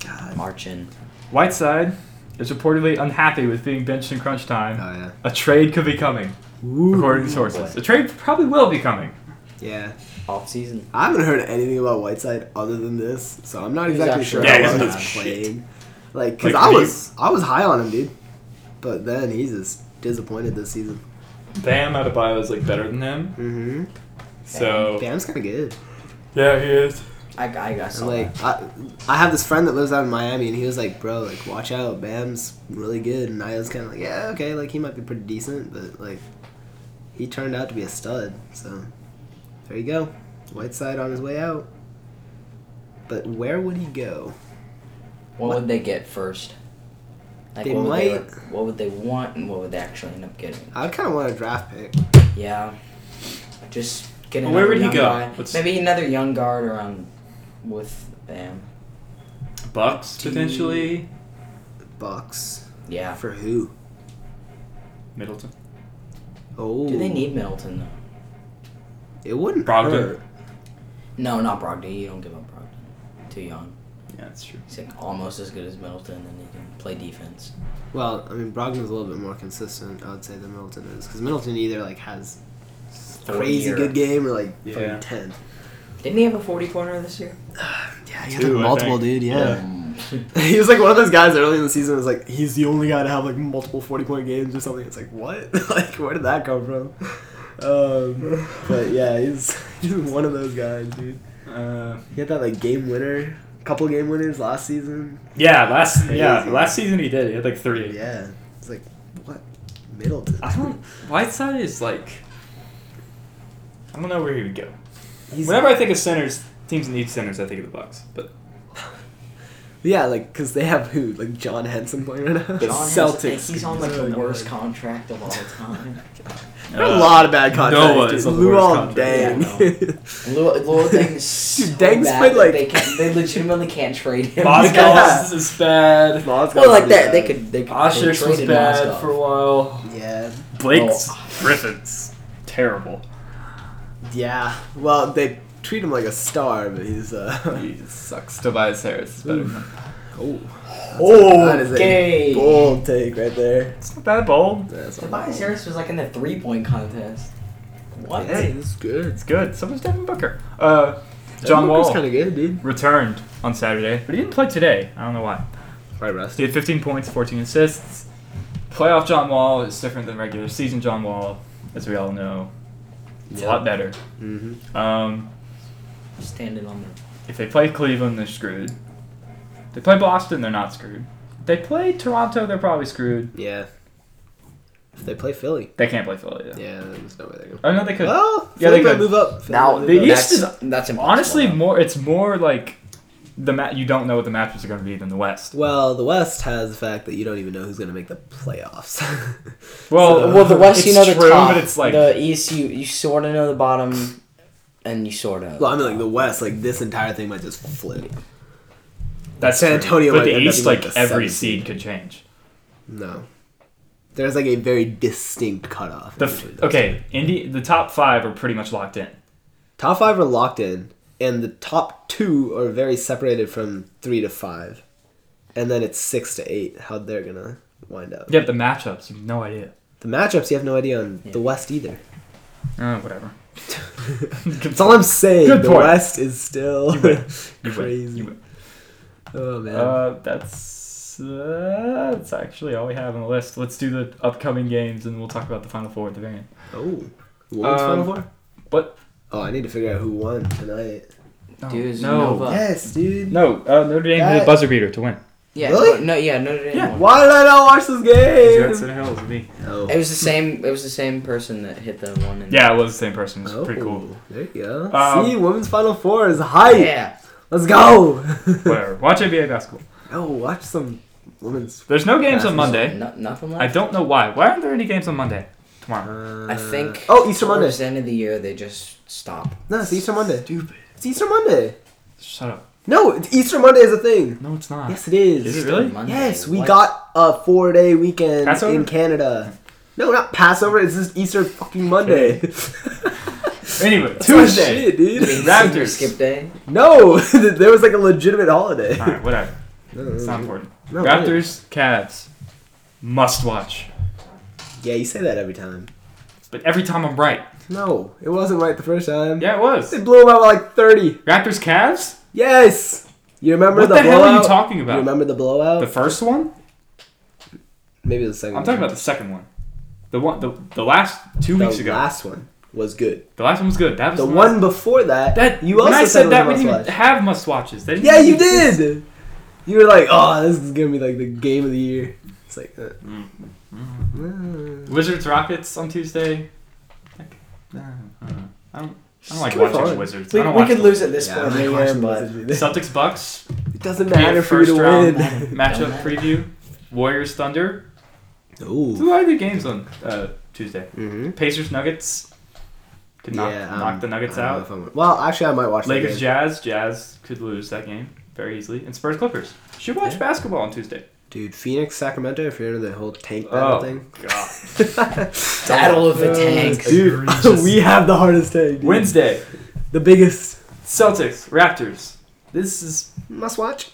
Speaker 3: God.
Speaker 4: Marchin.
Speaker 2: Whiteside is reportedly unhappy with being benched in crunch time.
Speaker 4: Uh,
Speaker 3: Oh yeah.
Speaker 2: A trade could be coming, according to sources. A trade probably will be coming.
Speaker 3: Yeah.
Speaker 4: Off season.
Speaker 3: I haven't heard anything about Whiteside other than this, so I'm not
Speaker 4: He's
Speaker 3: exactly
Speaker 4: actually-
Speaker 3: sure
Speaker 2: Yeah,
Speaker 3: how
Speaker 2: he's
Speaker 3: well
Speaker 2: not
Speaker 3: he's
Speaker 2: shit.
Speaker 3: playing. Like, cause
Speaker 2: Like,
Speaker 3: I
Speaker 2: he-
Speaker 3: was I was high on him, dude. But then he's just disappointed this season.
Speaker 2: Bam Adebayo is like better than him,
Speaker 3: Mm-hmm.
Speaker 2: so
Speaker 3: Bam's kind of good.
Speaker 2: yeah, he is.
Speaker 4: I, I got
Speaker 3: And,
Speaker 4: some.
Speaker 3: like, I I have this friend that lives out in Miami, and he was like, "Bro, like, watch out, Bam's really good." And I was kind of like, "Yeah, okay, like he might be pretty decent, but like, he turned out to be a stud." So there you go, Whiteside on his way out. But where would he go?
Speaker 4: what would they get first? Like
Speaker 3: They
Speaker 4: what would they
Speaker 3: might-
Speaker 4: like, what would they want and what would they actually end up getting?
Speaker 3: I'd kind of want a draft pick.
Speaker 4: Yeah. Just get
Speaker 2: Well,
Speaker 4: another
Speaker 2: where would he
Speaker 4: young
Speaker 2: go?
Speaker 4: guy.
Speaker 2: Let's-
Speaker 4: Maybe another young guard around with Bam.
Speaker 2: Bucks
Speaker 3: Do you-
Speaker 2: potentially.
Speaker 3: Bucks
Speaker 4: Yeah.
Speaker 3: for who?
Speaker 2: Middleton.
Speaker 3: Oh,
Speaker 4: Do they need Middleton though?
Speaker 3: It wouldn't
Speaker 2: Brogdon?
Speaker 3: hurt.
Speaker 4: No, not Brogdon. You don't give up Brogdon. Too young.
Speaker 2: Yeah, that's true.
Speaker 4: He's like almost as good as Middleton and he can play defense.
Speaker 3: Well, I mean, Brogdon's a little bit more consistent, I would say, than Middleton is, because Middleton either like has crazy
Speaker 4: Forty or-
Speaker 3: good game or like
Speaker 2: Yeah.
Speaker 3: fucking ten.
Speaker 4: Didn't he have a forty pointer this year?
Speaker 3: Yeah, he
Speaker 2: had, Two, like, I multiple,
Speaker 3: dude.
Speaker 2: yeah.
Speaker 3: he was like one of those guys early in the season. Was like he's the only guy to have like multiple forty point games or something. It's like what? like where did that come from? Um, but yeah, he's he's one of those guys, dude.
Speaker 2: Uh,
Speaker 3: He had that like game winner, couple game winners last season.
Speaker 2: yeah, last yeah
Speaker 3: Crazy.
Speaker 2: last season he did. He had like three.
Speaker 3: Yeah, it's like what Middleton.
Speaker 2: I don't. Whiteside is like. I don't know where he would go.
Speaker 3: He's,
Speaker 2: Whenever I think of centers, teams that need centers, I think of the Bucks. But
Speaker 3: yeah, like because they have who like John Henson playing right now.
Speaker 2: The
Speaker 4: John has-
Speaker 2: Celtics.
Speaker 4: he's on like
Speaker 3: Oh,
Speaker 4: the
Speaker 3: God.
Speaker 4: worst contract of all time.
Speaker 3: There
Speaker 2: Uh,
Speaker 3: are a lot of bad
Speaker 2: Noah
Speaker 3: contracts.
Speaker 2: is
Speaker 3: dude.
Speaker 2: on the worst
Speaker 3: Luol
Speaker 2: contract.
Speaker 3: Dang.
Speaker 4: Yeah, Lua, Lua Deng is so
Speaker 3: Dude, Deng's
Speaker 4: bad
Speaker 3: been,
Speaker 4: that
Speaker 3: like-
Speaker 4: they can't, they legitimately can't trade him.
Speaker 2: Mozgov is bad.
Speaker 4: well, like that, they could they could they
Speaker 2: Oshish was
Speaker 4: traded
Speaker 2: bad
Speaker 4: Mozgov.
Speaker 2: for a while.
Speaker 3: Yeah,
Speaker 2: Blake's
Speaker 4: Oh.
Speaker 2: Griffin's terrible.
Speaker 3: yeah. Well, they treat him like a star, but he's uh.
Speaker 2: He sucks. Tobias Harris is better. than him.
Speaker 3: oh, that is
Speaker 4: Okay.
Speaker 3: a bold take right there.
Speaker 2: It's not that bold.
Speaker 3: That's
Speaker 4: Tobias
Speaker 3: awful.
Speaker 4: Harris was like in the three point contest. What?
Speaker 3: Yeah, he's good.
Speaker 2: It's good. So was Devin Booker. Uh, John Wall
Speaker 3: kind of good, dude.
Speaker 2: returned on Saturday, but he didn't play today. I don't know why.
Speaker 3: Probably
Speaker 2: He
Speaker 3: rusty.
Speaker 2: had 15 points, 14 assists. Playoff John Wall is different than regular season John Wall, as we all know. It's a lot better.
Speaker 6: Mm-hmm.
Speaker 2: Um,
Speaker 4: Standing on their.
Speaker 2: if they play Cleveland, they're screwed. If they play Boston, they're not screwed. If they play Toronto, they're probably screwed.
Speaker 3: Yeah. If they play Philly,
Speaker 2: They can't play Philly. Though.
Speaker 3: yeah, there's no way they're gonna.
Speaker 2: Oh no, they could.
Speaker 3: Well,
Speaker 2: Yeah,
Speaker 3: Philly
Speaker 2: they
Speaker 3: might
Speaker 2: could.
Speaker 3: move up. Philly
Speaker 4: Now
Speaker 3: might
Speaker 2: the
Speaker 3: move up.
Speaker 2: East
Speaker 4: that's,
Speaker 2: is-
Speaker 4: that's impossible.
Speaker 2: Honestly,
Speaker 4: now.
Speaker 2: more. It's more like the mat. You don't know what the matchups are going to be than the West.
Speaker 3: Well, the West has the fact that you don't even know who's gonna make the playoffs.
Speaker 2: Well,
Speaker 3: So-
Speaker 4: well, the West,
Speaker 2: it's
Speaker 4: you know the
Speaker 2: true,
Speaker 4: top.
Speaker 2: but it's like
Speaker 4: the East, you you sort of know the bottom, and you sort of.
Speaker 3: well, I mean, like the West, like this entire thing might just flip.
Speaker 2: that's
Speaker 3: San
Speaker 2: San Antonio.
Speaker 3: Antonio
Speaker 2: But
Speaker 3: might
Speaker 2: the
Speaker 3: end up
Speaker 2: East,
Speaker 3: being, like,
Speaker 2: like
Speaker 3: the
Speaker 2: every
Speaker 3: seventh
Speaker 2: seed could change.
Speaker 3: No, there's like a very distinct cutoff.
Speaker 2: The
Speaker 3: between
Speaker 2: f-
Speaker 3: those.
Speaker 2: okay, Indy. The top five are pretty much locked in.
Speaker 3: top five are locked in, and the top two are very separated from three to five, and then it's six to eight. How they're gonna wind up?
Speaker 2: Yeah, but the matchups, you have no idea.
Speaker 3: The matchups you have no idea on the
Speaker 4: Yeah.
Speaker 3: West either.
Speaker 2: Uh, whatever.
Speaker 3: That's all I'm saying.
Speaker 2: Good
Speaker 3: the
Speaker 2: point.
Speaker 3: West is still
Speaker 2: You win. You win.
Speaker 3: crazy.
Speaker 2: You win.
Speaker 3: Oh man.
Speaker 2: Uh, that's uh, that's actually all we have on the list. Let's do the upcoming games, and we'll talk about the final four at the very end.
Speaker 3: oh, Wolves
Speaker 2: um,
Speaker 3: final four.
Speaker 2: what?
Speaker 3: Oh, I need to figure out who won tonight.
Speaker 2: No,
Speaker 4: Dude,
Speaker 2: no,
Speaker 4: Nova.
Speaker 3: Yes, dude.
Speaker 2: no. Uh, Notre Dame did
Speaker 3: That-
Speaker 2: a buzzer beater to win.
Speaker 4: Yeah.
Speaker 3: Really?
Speaker 4: No. Yeah. No. no,
Speaker 2: Yeah.
Speaker 4: no.
Speaker 3: Why did I not watch this game?
Speaker 5: Jackson Hill is me.
Speaker 3: Oh.
Speaker 4: It was the same. It was the same person that hit the one. In
Speaker 2: Yeah, it was the same person. It was
Speaker 3: Oh,
Speaker 2: pretty cool.
Speaker 3: There you go.
Speaker 2: Um,
Speaker 3: See, women's final four is hype.
Speaker 4: Yeah.
Speaker 3: Let's go.
Speaker 2: Whatever. Watch NBA basketball.
Speaker 3: oh, watch some women's.
Speaker 2: There's no games on
Speaker 3: Basketball.
Speaker 2: Monday.
Speaker 4: No, nothing
Speaker 2: I
Speaker 4: left.
Speaker 2: don't know why. Why aren't there any games on Monday? Tomorrow.
Speaker 3: Uh,
Speaker 4: I think.
Speaker 3: Oh, Easter Monday.
Speaker 4: towards the end of the year, they just stop.
Speaker 3: No, it's Easter Monday.
Speaker 2: Stupid.
Speaker 3: It's Easter Monday.
Speaker 2: Shut up.
Speaker 3: No, it's Easter Monday is a thing.
Speaker 2: No, it's not.
Speaker 3: Yes, it is.
Speaker 2: Is it really?
Speaker 4: Monday.
Speaker 3: Yes, we
Speaker 4: What?
Speaker 3: got a four day weekend
Speaker 2: Passover?
Speaker 3: in Canada. No, not Passover. It's just Easter fucking Monday.
Speaker 2: Anyway,
Speaker 3: Tuesday,
Speaker 2: Tuesday.
Speaker 3: shit, dude.
Speaker 4: Being
Speaker 2: Raptors.
Speaker 4: Skip day.
Speaker 3: No, there was like a legitimate holiday.
Speaker 2: All right, whatever.
Speaker 3: No,
Speaker 2: It's not important.
Speaker 3: no, it is.
Speaker 2: Raptors, Cavs, must watch.
Speaker 3: Yeah, you say that every time.
Speaker 2: But every time I'm right.
Speaker 3: No, it wasn't right the first time.
Speaker 2: Yeah, it was.
Speaker 3: They blew him out by like 30.
Speaker 2: Raptors, Cavs.
Speaker 3: Yes! You remember
Speaker 2: What
Speaker 3: the,
Speaker 2: the hell
Speaker 3: blowout?
Speaker 2: are you talking
Speaker 3: You
Speaker 2: about?
Speaker 3: remember the blowout?
Speaker 2: The first one?
Speaker 3: Maybe the second
Speaker 2: I'm talking about the second one. The one, the, the last two
Speaker 3: the
Speaker 2: weeks ago.
Speaker 3: last one was good.
Speaker 2: the last one was good. That was
Speaker 3: The
Speaker 2: last-
Speaker 3: one before that,
Speaker 2: that
Speaker 3: you also
Speaker 2: when I
Speaker 3: said,
Speaker 2: said that
Speaker 3: it
Speaker 2: we
Speaker 3: was
Speaker 2: didn't
Speaker 3: must
Speaker 2: even
Speaker 3: watch.
Speaker 2: have must watches. They didn't
Speaker 3: Yeah,
Speaker 2: even
Speaker 3: you
Speaker 2: exist.
Speaker 3: did! You were like, oh, this is gonna be like the game of the year. It's like, uh,
Speaker 2: Mm.
Speaker 3: mm.
Speaker 2: Wizards Rockets on Tuesday. Like, I don't know. I don't, I don't like
Speaker 3: Come
Speaker 2: watching
Speaker 3: on.
Speaker 2: the Wizards.
Speaker 4: We,
Speaker 2: I don't
Speaker 4: we
Speaker 2: watch
Speaker 4: could
Speaker 2: them.
Speaker 4: lose at this
Speaker 3: yeah,
Speaker 4: point
Speaker 3: I'm
Speaker 4: in
Speaker 3: not
Speaker 4: the
Speaker 3: watching
Speaker 4: year, but
Speaker 3: this either.
Speaker 2: Celtics Bucks
Speaker 3: It doesn't
Speaker 2: Be a
Speaker 3: matter for
Speaker 2: first
Speaker 3: you to
Speaker 2: round.
Speaker 3: win.
Speaker 4: Don't
Speaker 2: matchup
Speaker 4: matter.
Speaker 2: preview. Warriors Thunder. There's a
Speaker 3: Ooh.
Speaker 2: lot of good games on uh, Tuesday.
Speaker 3: Mm-hmm.
Speaker 2: Pacers Nuggets. Could knock,
Speaker 4: um,
Speaker 3: um,
Speaker 2: knock the Nuggets out.
Speaker 3: Well, actually, I might watch that
Speaker 2: Lakers
Speaker 3: game.
Speaker 2: Jazz. Jazz could lose that game very easily. And Spurs Clippers. Should watch
Speaker 3: Yeah.
Speaker 2: basketball on Tuesday.
Speaker 3: Dude, Phoenix, Sacramento, if you're into the whole tank battle
Speaker 2: Oh,
Speaker 3: thing.
Speaker 2: God.
Speaker 4: Battle of the Tanks.
Speaker 3: Dude, we have the hardest tank. Dude.
Speaker 2: Wednesday.
Speaker 3: The biggest.
Speaker 2: Celtics Raptors. This is
Speaker 3: Must watch?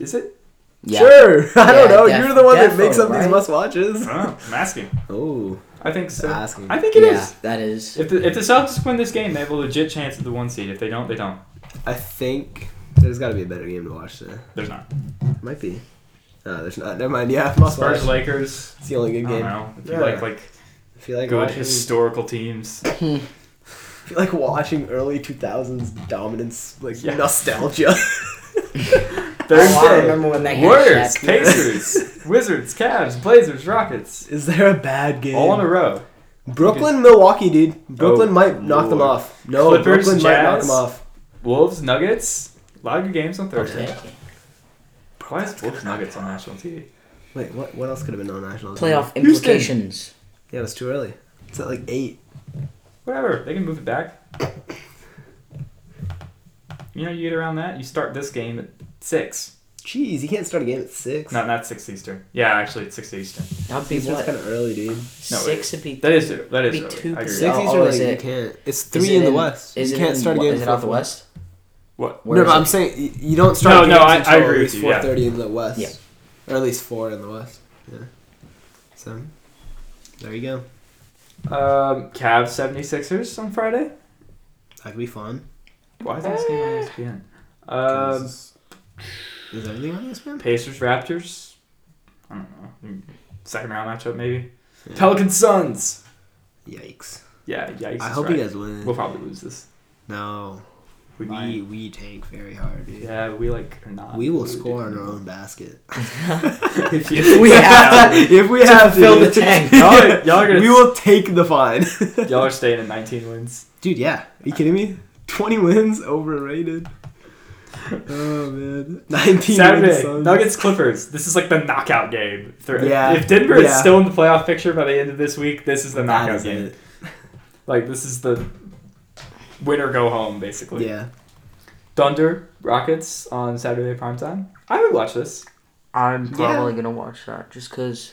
Speaker 2: is it?
Speaker 4: Yeah.
Speaker 3: Sure. I don't
Speaker 4: Yeah,
Speaker 3: know.
Speaker 4: def-
Speaker 3: You're the one that makes
Speaker 4: defo,
Speaker 3: up these
Speaker 4: right?
Speaker 3: must watches.
Speaker 2: Oh, I'm asking.
Speaker 3: Oh,
Speaker 2: I think so.
Speaker 3: asking.
Speaker 2: I think it is.
Speaker 4: yeah, that is.
Speaker 2: If the, if the Celtics win this game, they have a legit chance at the one seed. If they don't, they don't.
Speaker 3: I think there's got to be a better game to watch. There
Speaker 2: There's not.
Speaker 3: might be. No, there's not. Never mind. Yeah, must
Speaker 2: Spurs,
Speaker 3: watch.
Speaker 2: Lakers.
Speaker 3: It's the only
Speaker 2: I
Speaker 3: good
Speaker 2: don't
Speaker 3: game.
Speaker 2: know. If you
Speaker 3: Yeah.
Speaker 2: like like
Speaker 3: If you like
Speaker 2: good
Speaker 3: watching,
Speaker 2: historical teams,
Speaker 3: if you like watching early 2000s dominance, like
Speaker 2: Yeah.
Speaker 3: nostalgia.
Speaker 4: Oh, I
Speaker 2: Thursday.
Speaker 4: remember when that
Speaker 2: Warriors,
Speaker 4: happened.
Speaker 2: Pacers, Wizards, Cavs, Blazers, Rockets,
Speaker 3: Is there a bad game?
Speaker 2: all in a row.
Speaker 3: Brooklyn, Milwaukee, dude. Brooklyn
Speaker 2: Oh,
Speaker 3: might knock them
Speaker 2: Lord.
Speaker 3: off. No,
Speaker 2: Clippers,
Speaker 3: Brooklyn might knock
Speaker 2: Jazz.
Speaker 3: them off.
Speaker 2: Wolves, Nuggets. A lot of good games on Thursday.
Speaker 4: Okay.
Speaker 2: Why is Wolves Nuggets on national TV?
Speaker 3: Wait, what? What else could have been on national?
Speaker 4: Playoff
Speaker 2: Houston.
Speaker 4: implications.
Speaker 3: Yeah, it was too early. It's at like eight.
Speaker 2: Whatever, they can move it back. You know, you get around that. You start this game at six.
Speaker 3: Jeez, you can't start a game at six.
Speaker 2: Not not six Eastern. Yeah, actually, it's six Eastern.
Speaker 4: That'd be
Speaker 3: It's
Speaker 4: what?
Speaker 3: just kind of early, dude.
Speaker 4: Six would be.
Speaker 2: That is that is
Speaker 4: Be
Speaker 2: early.
Speaker 4: two
Speaker 2: I agree.
Speaker 4: percent.
Speaker 3: Six
Speaker 4: Oh,
Speaker 3: Eastern,
Speaker 4: oh,
Speaker 3: like,
Speaker 4: is
Speaker 3: you
Speaker 4: it-
Speaker 3: can't. It's
Speaker 4: is
Speaker 3: three in,
Speaker 4: it
Speaker 3: the West.
Speaker 4: Is
Speaker 3: you
Speaker 4: it
Speaker 3: can't
Speaker 4: in,
Speaker 3: start a
Speaker 4: what-
Speaker 3: game.
Speaker 4: Is it
Speaker 3: before
Speaker 4: out the
Speaker 3: four.
Speaker 4: West?
Speaker 2: What?
Speaker 4: Where
Speaker 3: no,
Speaker 4: is
Speaker 3: but
Speaker 4: it?
Speaker 3: I'm saying y- you don't start.
Speaker 2: No,
Speaker 3: games
Speaker 2: no, I-
Speaker 3: until
Speaker 2: I agree
Speaker 3: At least
Speaker 2: with you, yeah.
Speaker 3: four thirty in the West,
Speaker 4: Yeah.
Speaker 3: or at least four in the West. Yeah. So there you go.
Speaker 2: Um, Cavs 76ers on Friday.
Speaker 3: That could be fun.
Speaker 2: Why is this
Speaker 4: Eh.
Speaker 2: game on ESPN?
Speaker 3: This
Speaker 2: Um,
Speaker 3: is is everything on this man?
Speaker 2: Pacers Raptors. I Hmm, don't know. Second round matchup maybe.
Speaker 3: Yeah.
Speaker 2: Pelicans Suns.
Speaker 3: Yikes!
Speaker 2: Yeah, yikes.
Speaker 3: I
Speaker 2: is
Speaker 3: hope
Speaker 2: right.
Speaker 3: you guys win.
Speaker 2: We'll probably lose this.
Speaker 3: no,
Speaker 2: We
Speaker 3: we
Speaker 2: might.
Speaker 3: we tank very hard, dude.
Speaker 2: Yeah, we like are not.
Speaker 3: We will
Speaker 2: really
Speaker 3: score in
Speaker 2: doing
Speaker 3: our own basket.
Speaker 2: well. if you-
Speaker 3: If we have, if we have
Speaker 4: fulfill
Speaker 3: to,
Speaker 4: the tank.
Speaker 2: Y'all are- y'all are gonna-
Speaker 3: we will take the fine.
Speaker 2: Y'all are staying at 19 wins.
Speaker 3: Dude, yeah. Are you kidding me? 20 wins, overrated. Oh, man. 19
Speaker 2: Saturday,
Speaker 3: wins.
Speaker 2: Nuggets Clippers. This is like the knockout game. If they're-
Speaker 3: Yeah,
Speaker 2: If Denver is
Speaker 3: yeah.
Speaker 2: still in the playoff picture by the end of this week, this is the knockout
Speaker 3: That
Speaker 2: game.
Speaker 3: is
Speaker 2: Like this is the win or go home,
Speaker 3: it.
Speaker 2: basically.
Speaker 3: Yeah.
Speaker 2: Thunder Rockets on Saturday primetime. I would watch this.
Speaker 4: I'm
Speaker 3: Yeah.
Speaker 4: probably gonna watch that just because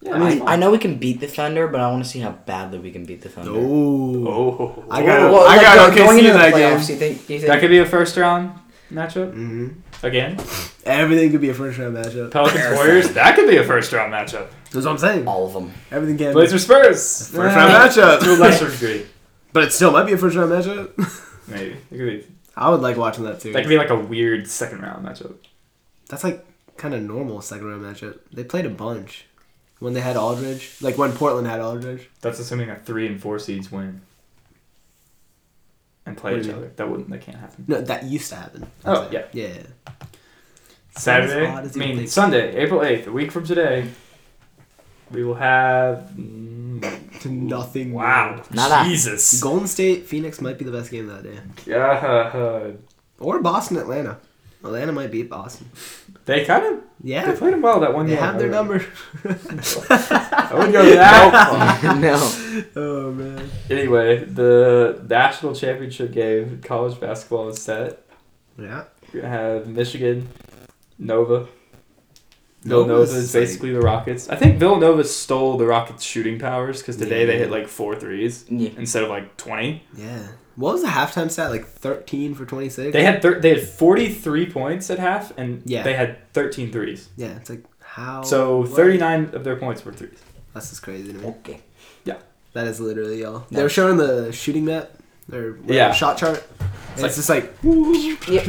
Speaker 2: Yeah,
Speaker 4: I,
Speaker 2: it's
Speaker 4: mean,
Speaker 2: fine.
Speaker 4: I know we can beat the Thunder, but I want to see how badly we can beat the Thunder.
Speaker 3: Oh.
Speaker 2: Oh,
Speaker 3: I got
Speaker 4: Well,
Speaker 3: I
Speaker 4: like,
Speaker 3: got
Speaker 4: go-
Speaker 3: OKC
Speaker 4: going into the
Speaker 3: that
Speaker 4: playoffs,
Speaker 3: game.
Speaker 4: You think? You think?
Speaker 2: that could be a first round matchup
Speaker 3: hmm
Speaker 2: again.
Speaker 3: Everything could be a first round matchup.
Speaker 2: Pelicans Warriors. That could be a first round matchup.
Speaker 3: That's what I'm saying.
Speaker 4: all of them.
Speaker 3: Everything can be.
Speaker 2: Blazer Spurs.
Speaker 3: First round matchup.
Speaker 2: To a lesser degree,
Speaker 3: But it still might be a first round matchup.
Speaker 2: maybe. It could be.
Speaker 3: I would like watching that too.
Speaker 2: That could be like a weird second round matchup.
Speaker 3: That's like kind of normal second round matchup. They played a bunch when they had Aldridge. Like when Portland had Aldridge.
Speaker 2: That's assuming a three and four seeds win and play
Speaker 3: What
Speaker 2: each
Speaker 3: do you mean?
Speaker 2: other. That wouldn't. That can't happen.
Speaker 3: No, that used to happen.
Speaker 2: Oh, yeah.
Speaker 3: Yeah.
Speaker 2: Saturday.
Speaker 3: odd as
Speaker 2: I
Speaker 3: you
Speaker 2: mean
Speaker 3: would think.
Speaker 2: Sunday, April eighth, a week from today. We will have mm,
Speaker 3: To nothing.
Speaker 2: Wow,
Speaker 4: Nada.
Speaker 2: Jesus.
Speaker 3: Golden State Phoenix might be the best game that day.
Speaker 2: Yeah,
Speaker 3: Or Boston Atlanta. Atlanta might beat Boston.
Speaker 2: they kind of they
Speaker 3: Yeah.
Speaker 2: played them well that one
Speaker 3: They
Speaker 2: game.
Speaker 3: have their
Speaker 2: I would-
Speaker 3: number.
Speaker 2: I would go with that.
Speaker 4: no.
Speaker 3: oh man.
Speaker 2: anyway, the national championship game, college basketball is set.
Speaker 3: Yeah.
Speaker 2: We're gonna have Michigan, Nova. Villanova
Speaker 3: Nova's
Speaker 2: is
Speaker 3: like-
Speaker 2: basically the Rockets. I think Villanova stole the Rockets' shooting powers because today they hit like four threes
Speaker 4: Yeah.
Speaker 2: instead of like twenty.
Speaker 3: Yeah. What was the halftime stat? Like thirteen for twenty six.
Speaker 2: They had thir- they had forty three points at half, and
Speaker 3: Yeah.
Speaker 2: they had 13 threes.
Speaker 3: yeah. It's like how.
Speaker 2: So
Speaker 3: what?
Speaker 2: thirty nine of their points were threes.
Speaker 3: That's just crazy to me.
Speaker 4: Okay.
Speaker 3: That is literally y'all.
Speaker 4: No.
Speaker 3: They were showing the shooting map or whatever,
Speaker 2: Yeah.
Speaker 3: shot chart. And
Speaker 2: like-
Speaker 3: it's just like
Speaker 4: Yeah.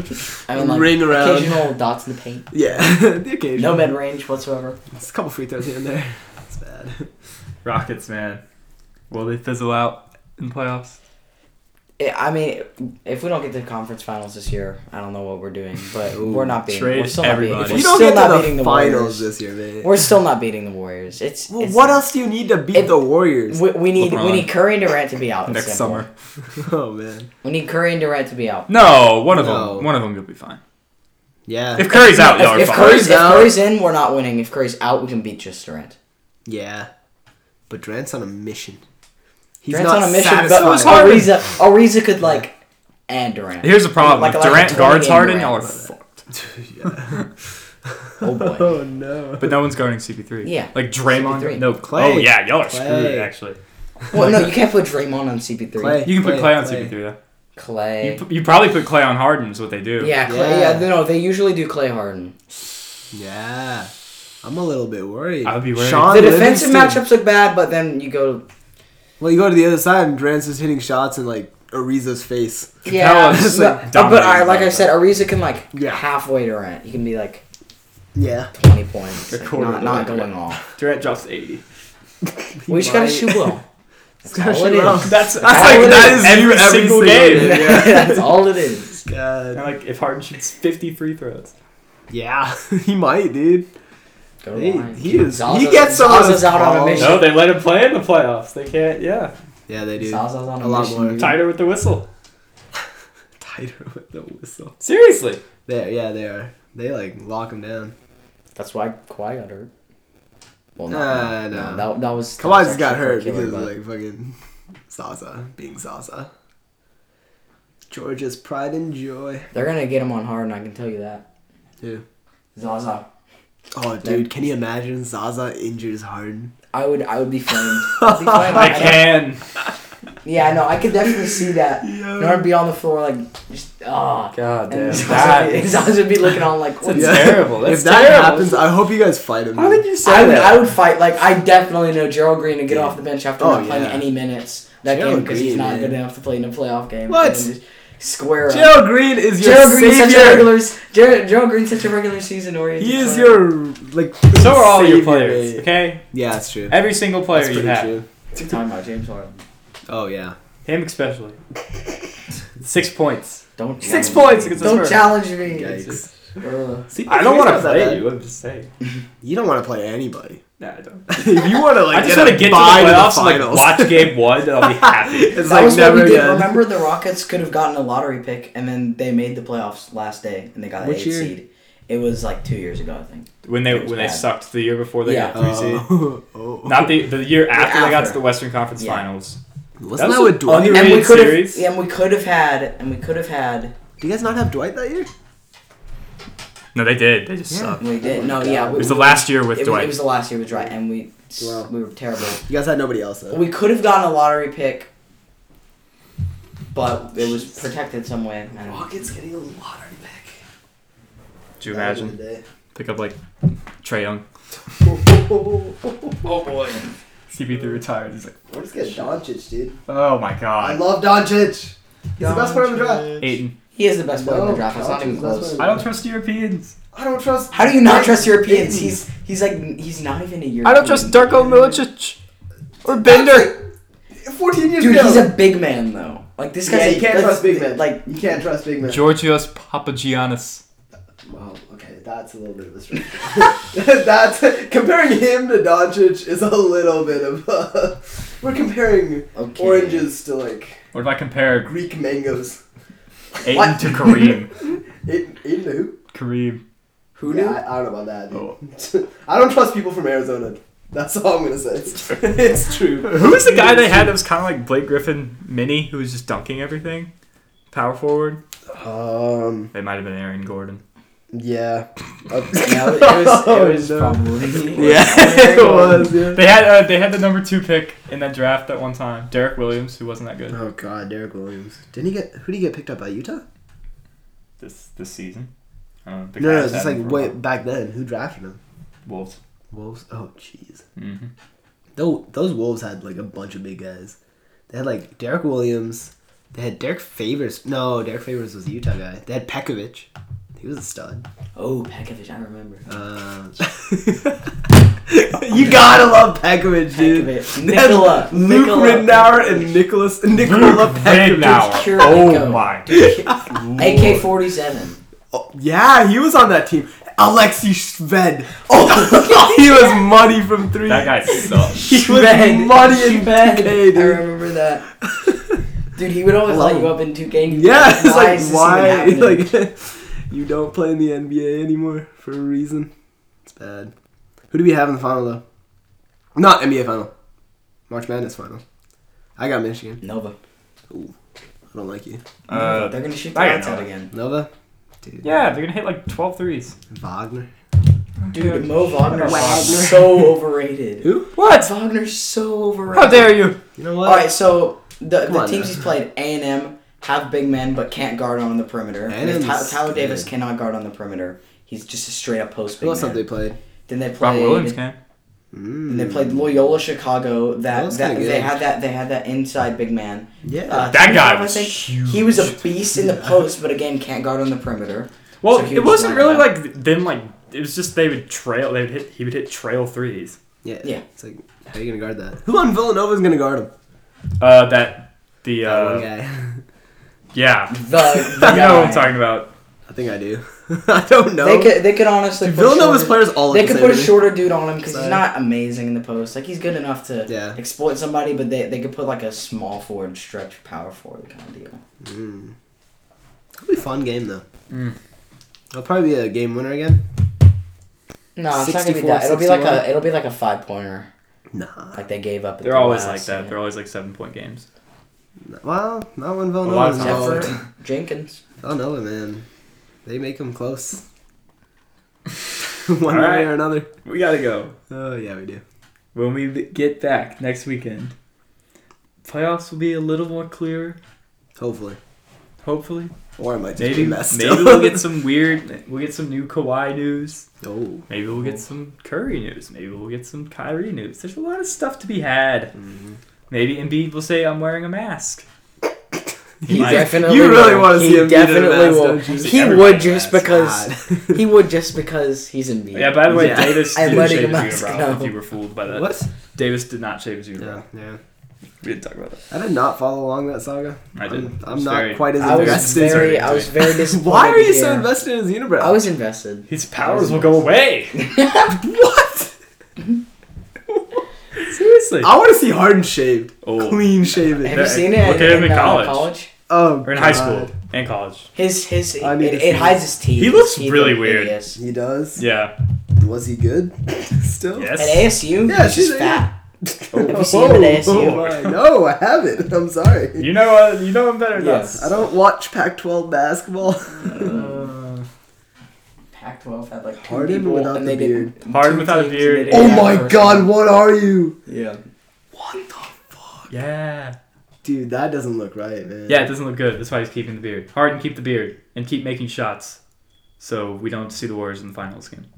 Speaker 4: I mean, like
Speaker 3: Ring around.
Speaker 4: occasional dots in the paint.
Speaker 3: yeah, the occasion.
Speaker 4: No mid range whatsoever.
Speaker 3: It's a couple free throws here and there. It's bad.
Speaker 2: Rockets, man. Will they fizzle out in playoffs?
Speaker 4: I I mean, if we don't get to the conference finals this year, I don't know what we're doing. But
Speaker 3: Ooh,
Speaker 4: we're not beating. We're
Speaker 2: trade
Speaker 4: still not beating.
Speaker 2: everybody.
Speaker 4: We're
Speaker 3: you don't
Speaker 4: still
Speaker 3: get
Speaker 4: not
Speaker 3: to
Speaker 4: beating
Speaker 3: the,
Speaker 4: the
Speaker 3: finals
Speaker 4: Warriors.
Speaker 3: this year, man.
Speaker 4: We're still not beating the Warriors. It's,
Speaker 3: Well,
Speaker 4: it's
Speaker 3: what else do you need to beat
Speaker 4: It-
Speaker 3: the Warriors?
Speaker 4: We, we need we
Speaker 5: LeBron.
Speaker 4: need Curry and Durant to be out.
Speaker 5: Next
Speaker 4: It's simple.
Speaker 5: summer.
Speaker 3: oh man.
Speaker 4: We need Curry and Durant to be out.
Speaker 5: No, one of
Speaker 3: No.
Speaker 5: them. One of them will be fine.
Speaker 3: Yeah.
Speaker 5: If Curry's out, y'all are
Speaker 4: If, if
Speaker 5: fine.
Speaker 4: Curry's, if
Speaker 3: out-
Speaker 4: Curry's in, we're not winning. If Curry's out, we can beat just Durant.
Speaker 3: yeah. But Durant's on a mission. He's
Speaker 4: Durant's
Speaker 3: not
Speaker 4: on a mission, but
Speaker 3: satisfied.
Speaker 4: Ariza, Ariza could like and Durant.
Speaker 5: Here's the problem:
Speaker 4: Like-
Speaker 5: if
Speaker 4: like a
Speaker 5: Durant
Speaker 4: 20
Speaker 5: guards
Speaker 4: game
Speaker 5: Harden, y'all are
Speaker 4: Durant.
Speaker 5: fucked.
Speaker 4: Oh boy.
Speaker 3: oh no.
Speaker 5: But no one's guarding CP3.
Speaker 4: Yeah.
Speaker 5: Like Draymond.
Speaker 4: CP3.
Speaker 5: No,
Speaker 3: Clay.
Speaker 5: Oh yeah, y'all are
Speaker 3: Clay.
Speaker 5: screwed. Actually,
Speaker 4: Well, no, you can't put Draymond on CP3.
Speaker 3: Clay.
Speaker 5: you can put Clay on CP3 though. You,
Speaker 4: Clay.
Speaker 5: pu- you probably put Clay on Harden is what they do.
Speaker 4: Yeah, Clay.
Speaker 3: Yeah.
Speaker 4: Yeah. no, they usually do Clay Harden.
Speaker 3: Yeah. I'm a little bit worried.
Speaker 5: I'd be worried.
Speaker 3: Sean
Speaker 4: the defensive
Speaker 3: Livingston.
Speaker 4: matchups look bad, but then you go.
Speaker 3: Well, you go to the other side and Durant's just hitting shots in like Ariza's face.
Speaker 4: Yeah,
Speaker 5: Capella's,
Speaker 4: but,
Speaker 5: like,
Speaker 4: but,
Speaker 5: dominating
Speaker 4: I, like I
Speaker 5: Durant.
Speaker 4: said, Ariza can like
Speaker 3: Yeah.
Speaker 4: halfway Durant. He can be like
Speaker 3: Yeah.
Speaker 4: twenty points, like,
Speaker 2: quarter
Speaker 4: not, not
Speaker 2: Durant.
Speaker 4: going off.
Speaker 2: Durant drops eighty.
Speaker 4: We just gotta
Speaker 3: might.
Speaker 4: shoot well. That's
Speaker 3: gotta
Speaker 4: all it
Speaker 3: shoot well.
Speaker 4: is.
Speaker 2: That's
Speaker 3: That's
Speaker 4: All
Speaker 3: like
Speaker 4: it
Speaker 3: that
Speaker 4: is.
Speaker 3: is
Speaker 2: Every
Speaker 3: you every
Speaker 2: single
Speaker 3: single
Speaker 2: game.
Speaker 3: game. Yeah.
Speaker 4: That's all it is.
Speaker 3: God.
Speaker 2: And like if Harden shoots fifty free throws,
Speaker 3: Yeah, he might, dude.
Speaker 4: Go to
Speaker 3: He,
Speaker 4: line.
Speaker 3: he is. he
Speaker 4: Zaza-
Speaker 3: gets so
Speaker 4: Zaza's out on a mission.
Speaker 2: no, they let him play in the playoffs. They can't. Yeah,
Speaker 3: Yeah, they do.
Speaker 4: Zaza's on a,
Speaker 3: A lot
Speaker 4: mission,
Speaker 3: more.
Speaker 4: dude.
Speaker 2: tighter with the whistle.
Speaker 3: Tighter with the whistle.
Speaker 2: Seriously,
Speaker 3: There, yeah, they are. They like lock him down.
Speaker 4: That's why Kawhi got hurt. Well, no,
Speaker 3: Uh,
Speaker 4: no,
Speaker 3: no.
Speaker 4: that, that was that
Speaker 3: Kawhi
Speaker 4: was
Speaker 3: just got
Speaker 4: actually
Speaker 3: hurt
Speaker 4: for Killer,
Speaker 3: because of
Speaker 4: but-
Speaker 3: like fucking Zaza being Zaza. Georgia's pride and joy.
Speaker 4: they're gonna get him on Harden. I can tell you that.
Speaker 3: Who?
Speaker 4: Zaza.
Speaker 3: Oh, dude, can you imagine Zaza injures Harden?
Speaker 4: I would I would be flamed. I'd be flamed.
Speaker 2: I
Speaker 4: I-
Speaker 2: can.
Speaker 4: Yeah, I know. I could definitely see that.
Speaker 3: Yeah.
Speaker 4: And I'd be on the floor like just ah.
Speaker 2: God
Speaker 4: and Zaza,
Speaker 2: that
Speaker 4: would be-
Speaker 2: is
Speaker 4: Zaza would be looking on like what?
Speaker 2: that's
Speaker 3: Yeah.
Speaker 2: terrible. That's
Speaker 3: if that
Speaker 2: terrible.
Speaker 3: happens, I hope you guys fight him.
Speaker 2: How
Speaker 3: dude.
Speaker 2: did you say
Speaker 4: I would,
Speaker 2: that?
Speaker 4: I would fight like I definitely know Gerald Green to get off the bench after
Speaker 3: Oh,
Speaker 4: not playing
Speaker 3: yeah.
Speaker 4: any minutes that
Speaker 3: Gerald
Speaker 4: game because he's
Speaker 3: Green,
Speaker 4: not
Speaker 3: man.
Speaker 4: good enough to play in a playoff game.
Speaker 3: What?
Speaker 4: And then just Square up.
Speaker 3: Gerald Green is your
Speaker 4: Gerald Green's such a
Speaker 3: savior.
Speaker 4: regular. Gerald, Gerald Green's such a regular season oriented.
Speaker 3: He is
Speaker 4: player.
Speaker 3: your like.
Speaker 2: so are all your
Speaker 3: savior,
Speaker 2: players.
Speaker 3: man.
Speaker 2: Okay,
Speaker 3: Yeah, that's true.
Speaker 2: every single player
Speaker 3: That's
Speaker 2: you
Speaker 3: pretty
Speaker 2: have.
Speaker 3: true.
Speaker 4: Talking about James Harden.
Speaker 3: Oh yeah.
Speaker 2: Him especially. Six points.
Speaker 4: Don't
Speaker 2: Six
Speaker 4: challenge
Speaker 2: points
Speaker 4: me.
Speaker 2: against the
Speaker 4: Don't
Speaker 2: Spurs.
Speaker 4: challenge me.
Speaker 3: Yikes.
Speaker 4: Ugh.
Speaker 3: See,
Speaker 2: I don't
Speaker 3: he's
Speaker 2: want to
Speaker 3: not that bad.
Speaker 2: play you. I'm just saying.
Speaker 3: You don't want to play anybody.
Speaker 2: Nah, I don't.
Speaker 3: if you want to like,
Speaker 2: I just
Speaker 3: want
Speaker 2: want to get to the playoffs, and, like watch game one, and I'll be happy.
Speaker 3: it's
Speaker 4: That
Speaker 3: like
Speaker 4: was
Speaker 3: never
Speaker 4: what we did.
Speaker 3: again.
Speaker 4: Remember, the Rockets could have gotten a lottery pick, and then they made the playoffs last day, and they got an
Speaker 3: Which
Speaker 4: eight
Speaker 3: year?
Speaker 4: seed. It was like two years ago, I think.
Speaker 2: When they
Speaker 4: It was
Speaker 2: when they
Speaker 4: bad.
Speaker 2: sucked the year before they
Speaker 4: Yeah.
Speaker 2: got three seed.
Speaker 3: Oh. oh.
Speaker 2: Not the the year after they got
Speaker 4: after.
Speaker 2: to the Western Conference
Speaker 4: Yeah.
Speaker 2: Finals.
Speaker 3: Wasn't
Speaker 2: that
Speaker 3: that
Speaker 2: was
Speaker 3: with Dwight?
Speaker 2: under-
Speaker 4: And we
Speaker 2: Rated
Speaker 4: could have,
Speaker 2: series?
Speaker 4: and we could have had, and we could have had.
Speaker 3: Do you guys not have Dwight that year?
Speaker 2: No, they did. They just
Speaker 3: Yeah.
Speaker 2: sucked.
Speaker 4: We did no, yeah.
Speaker 2: It
Speaker 4: We,
Speaker 2: was the last year with
Speaker 4: it, was,
Speaker 2: Dwight.
Speaker 4: it was the last year with Dwight, and we
Speaker 3: Wow.
Speaker 4: we were terrible.
Speaker 3: You guys had nobody else though.
Speaker 4: We could have gotten a lottery pick, but it was protected some way. I don't know.
Speaker 3: Rockets getting a lottery pick.
Speaker 2: Do you imagine? Pick up like Trey Young.
Speaker 7: Oh boy.
Speaker 2: CP3 retired. He's like,
Speaker 3: We're just getting Doncic, dude.
Speaker 2: oh my
Speaker 3: I
Speaker 2: god.
Speaker 3: love Doncic. He's the best player in the draft.
Speaker 2: Aiden.
Speaker 4: He is the best player in the
Speaker 3: No,
Speaker 4: draft. It's not even
Speaker 3: Doncic's the best
Speaker 4: close.
Speaker 3: player.
Speaker 2: I don't trust Europeans.
Speaker 3: I don't trust.
Speaker 4: How do you not trust Europeans? He's he's like he's not even a European.
Speaker 2: Milicic or
Speaker 3: Fourteen years
Speaker 4: Dude,
Speaker 3: ago.
Speaker 4: he's a big man though. Like this guy's
Speaker 3: yeah,
Speaker 4: a-
Speaker 3: you can't
Speaker 4: that's-
Speaker 3: trust big men.
Speaker 4: Like
Speaker 3: you can't trust big men.
Speaker 2: Georgios Papagiannis.
Speaker 3: Wow. Okay, that's a little bit of a stretch. that's comparing him to Doncic is a little bit of. Uh, we're comparing
Speaker 4: okay.
Speaker 3: oranges to like
Speaker 2: What if I compare
Speaker 3: Greek mangoes.
Speaker 2: Aiden
Speaker 4: What?
Speaker 2: to Kareem?
Speaker 3: Aiden, Aiden who?
Speaker 2: Kareem.
Speaker 4: Who knew? Oh.
Speaker 3: Yeah, I, I don't know about that. dude. I don't trust people from Arizona. That's all I'm gonna say. It's true. it's true.
Speaker 2: Who was the guy they had that was kind of like Blake Griffin mini, who was just dunking everything? Power forward.
Speaker 3: Um.
Speaker 2: They might have been Aaron Gordon.
Speaker 3: Yeah.
Speaker 4: Oh, Yeah, it was, it was
Speaker 3: Oh, no.
Speaker 4: probably
Speaker 3: Yeah.
Speaker 2: They had uh, they had the number two pick in that draft at one time. Derek Williams, who wasn't that good
Speaker 3: Oh God, Derek Williams. Didn't he get? Who did he get picked up by Utah?
Speaker 2: this this season. Um, the
Speaker 3: No, no,
Speaker 2: Cavs
Speaker 3: it's just
Speaker 2: had
Speaker 3: like
Speaker 2: him for a
Speaker 3: way
Speaker 2: while.
Speaker 3: back then. Who drafted him?
Speaker 2: Wolves.
Speaker 3: Wolves. Oh, jeez.
Speaker 2: Mm-hmm.
Speaker 3: Those those Wolves had like a bunch of big guys. They had like Derek Williams. They had Derek Favors. No, Derek Favors was a Utah guy. They had Pekovic. He was a stud.
Speaker 4: Oh, Pekovic, I remember.
Speaker 3: Uh, you gotta love Pekovic, dude.
Speaker 4: Pekovic.
Speaker 3: They had
Speaker 4: Nikola.
Speaker 3: Luke
Speaker 4: Nikola.
Speaker 3: Ridnour and Nicholas Nikola
Speaker 2: Luke
Speaker 3: Pekovic.
Speaker 2: Ridnour.
Speaker 4: Pure
Speaker 2: Oh
Speaker 4: Nico.
Speaker 2: my.
Speaker 4: AK forty seven.
Speaker 3: Oh, yeah, he was on that team. Alexi Sved. Oh, he was money from three.
Speaker 2: That guy sucks.
Speaker 3: He was
Speaker 4: Shved.
Speaker 3: muddy in
Speaker 4: Shved.
Speaker 3: 2K, dude.
Speaker 4: I remember that. Dude, he would always
Speaker 3: Hello.
Speaker 4: light you up in 2K. and you'd be
Speaker 3: Yeah, it's
Speaker 4: why
Speaker 3: like
Speaker 4: is this even
Speaker 3: why?
Speaker 4: happening?
Speaker 3: Like you don't play in the NBA anymore for a reason. It's bad. Who do we have in the final though? Not NBA final. March Madness final. I got Michigan.
Speaker 4: Nova.
Speaker 3: I don't like you.
Speaker 2: Uh,
Speaker 4: They're going to shoot the
Speaker 2: I got
Speaker 4: lights out
Speaker 2: Nova.
Speaker 4: again.
Speaker 3: Nova. Dude.
Speaker 2: yeah, they're gonna hit like 12 threes.
Speaker 3: Wagner.
Speaker 4: Dude, Mo Wagner's
Speaker 3: Wagner.
Speaker 4: so overrated.
Speaker 3: Who?
Speaker 2: What?
Speaker 4: Wagner's so overrated.
Speaker 2: How dare you?
Speaker 3: You know
Speaker 4: Oh, All
Speaker 3: what?
Speaker 4: right, so the,
Speaker 3: Come
Speaker 4: the
Speaker 3: on,
Speaker 4: teams
Speaker 3: now.
Speaker 4: he's played, A&M, have big men but can't guard on the perimeter.
Speaker 3: A&M's
Speaker 4: Ty- Tyler Davis
Speaker 3: good.
Speaker 4: cannot guard on the perimeter. He's just a straight up post big
Speaker 3: Who else have
Speaker 4: man.
Speaker 3: they played?
Speaker 4: Then they
Speaker 2: Rob
Speaker 4: played
Speaker 2: Williams can.
Speaker 3: Mm.
Speaker 4: And they played Loyola Chicago. That,
Speaker 3: Loyola's
Speaker 4: that
Speaker 3: kinda
Speaker 4: they
Speaker 3: good.
Speaker 4: had that they had that inside big man.
Speaker 3: Yeah.
Speaker 4: Uh,
Speaker 2: That guy
Speaker 4: I
Speaker 2: was
Speaker 4: think.
Speaker 2: huge.
Speaker 4: He was a beast in the post, but again can't guard on the perimeter.
Speaker 2: Well,
Speaker 4: So he
Speaker 2: it
Speaker 4: was
Speaker 2: wasn't
Speaker 4: not
Speaker 2: really
Speaker 4: bad.
Speaker 2: like them. Like it was just they would trail. They would hit. He would hit trail threes.
Speaker 3: yeah.
Speaker 4: yeah.
Speaker 3: It's like how are you gonna guard that? Who on Villanova's gonna guard him?
Speaker 2: Uh, that the
Speaker 3: That one
Speaker 2: uh,
Speaker 3: guy.
Speaker 2: yeah.
Speaker 4: The, the
Speaker 2: You know what I'm
Speaker 4: guy.
Speaker 2: talking about.
Speaker 3: I think I do. I don't know.
Speaker 4: They could they could honestly put a
Speaker 3: Villanova's
Speaker 4: shorter-
Speaker 3: players all.
Speaker 4: They
Speaker 3: look the
Speaker 4: could
Speaker 3: same
Speaker 4: put a
Speaker 3: to me.
Speaker 4: shorter dude on him because he's
Speaker 3: Sorry.
Speaker 4: not amazing in the post. Like he's good enough to
Speaker 3: Yeah.
Speaker 4: exploit somebody, but they, they could put like a small forward, stretch power forward kind of deal.
Speaker 3: Mm. It'll be a fun game though.
Speaker 4: Hmm.
Speaker 2: Mm.
Speaker 3: It'll probably be a game winner again.
Speaker 4: No, it's not gonna be
Speaker 3: 64,
Speaker 4: that. It'll be like a
Speaker 3: 61.
Speaker 4: it'll be like a five pointer.
Speaker 3: Nah.
Speaker 4: Like they gave up. At
Speaker 2: They're
Speaker 4: the
Speaker 2: always like
Speaker 4: last
Speaker 2: that. They're
Speaker 4: minute.
Speaker 2: always like seven point games.
Speaker 3: Well, not when
Speaker 2: A lot of
Speaker 3: Villanova's
Speaker 2: times.
Speaker 3: involved.
Speaker 4: Except for Jenkins.
Speaker 3: Villanova, man, they make them close. One
Speaker 2: Alright.
Speaker 3: way or another.
Speaker 2: We gotta go.
Speaker 3: Oh yeah, we do.
Speaker 2: When we get back next weekend, playoffs will be a little more clearer.
Speaker 3: Hopefully,
Speaker 2: Hopefully,
Speaker 3: or it might just
Speaker 2: maybe
Speaker 3: be a mess.
Speaker 2: maybe
Speaker 3: still.
Speaker 2: we'll get some weird. We'll get some new Kawhi news.
Speaker 3: oh.
Speaker 2: Maybe we'll get some Curry news. Maybe we'll get some Kyrie news. There's a lot of stuff to be had.
Speaker 3: Mhm.
Speaker 2: Maybe Embiid will say, "I'm wearing a mask."
Speaker 4: He
Speaker 2: might.
Speaker 4: definitely
Speaker 3: You really
Speaker 4: will.
Speaker 3: wanna
Speaker 4: He
Speaker 3: see him beat an
Speaker 4: definitely
Speaker 3: Avs,
Speaker 4: will.
Speaker 3: don't you?
Speaker 4: He
Speaker 2: Everybody
Speaker 4: would just
Speaker 2: has.
Speaker 4: because he would just because he's in B.
Speaker 2: Yeah. By the way,
Speaker 3: Yeah.
Speaker 2: Davis
Speaker 4: I'm
Speaker 2: didn't
Speaker 4: wearing
Speaker 2: shave
Speaker 4: a
Speaker 2: his
Speaker 4: mask
Speaker 2: unibrow. If
Speaker 4: now.
Speaker 2: you were fooled by that,
Speaker 3: What?
Speaker 2: Davis did not shave his unibrow.
Speaker 3: Yeah, yeah.
Speaker 8: We didn't talk about that.
Speaker 3: I did not follow along that saga.
Speaker 8: I
Speaker 3: I'm-
Speaker 8: did.
Speaker 3: I'm,
Speaker 8: It's
Speaker 3: not
Speaker 8: very-
Speaker 3: quite as
Speaker 4: I was
Speaker 3: invested.
Speaker 4: very, I was very disappointed.
Speaker 3: Why are you so
Speaker 4: here.
Speaker 3: invested in his unibrow?
Speaker 4: I was invested.
Speaker 2: His powers will go away.
Speaker 3: what?
Speaker 2: Seriously.
Speaker 3: I want to see Harden shaved,
Speaker 8: Oh.
Speaker 3: clean shaven.
Speaker 4: Have
Speaker 2: That-
Speaker 4: you seen it?
Speaker 2: look at him in
Speaker 4: uh,
Speaker 2: college.
Speaker 3: Oh,
Speaker 2: Or in high
Speaker 3: God.
Speaker 2: school and college.
Speaker 4: His his
Speaker 3: I need
Speaker 4: it,
Speaker 3: to see
Speaker 4: it hides his teeth.
Speaker 2: He
Speaker 4: His
Speaker 2: looks
Speaker 4: teeth
Speaker 2: really
Speaker 4: look
Speaker 2: weird.
Speaker 4: hideous.
Speaker 3: He does.
Speaker 2: Yeah.
Speaker 3: Was he good? Still.
Speaker 2: Yes.
Speaker 4: At ASU,
Speaker 3: Yeah,
Speaker 4: he's
Speaker 3: she's
Speaker 4: just
Speaker 3: a-
Speaker 4: fat.
Speaker 3: Oh,
Speaker 4: Have you seen him at ASU?
Speaker 3: oh my. No, I haven't. I'm sorry.
Speaker 2: You know, uh, you know him better than
Speaker 4: Yes.
Speaker 2: us.
Speaker 3: I don't watch Pac-12 basketball.
Speaker 2: Uh,
Speaker 4: Pac-12 had like two
Speaker 3: Harden
Speaker 4: people,
Speaker 3: without
Speaker 4: and
Speaker 3: the
Speaker 4: they did
Speaker 3: beard.
Speaker 4: two
Speaker 2: Harden without a
Speaker 4: teams, and
Speaker 2: beard.
Speaker 4: they did
Speaker 3: oh
Speaker 4: that
Speaker 3: my
Speaker 4: first
Speaker 3: God!
Speaker 4: round.
Speaker 3: What are you?
Speaker 4: Yeah.
Speaker 3: What the fuck,
Speaker 2: yeah.
Speaker 3: dude? That doesn't look right, man.
Speaker 2: Yeah, it doesn't look good. That's why he's keeping the beard. Harden, keep the beard and keep making shots, so we don't see the Warriors in the finals again.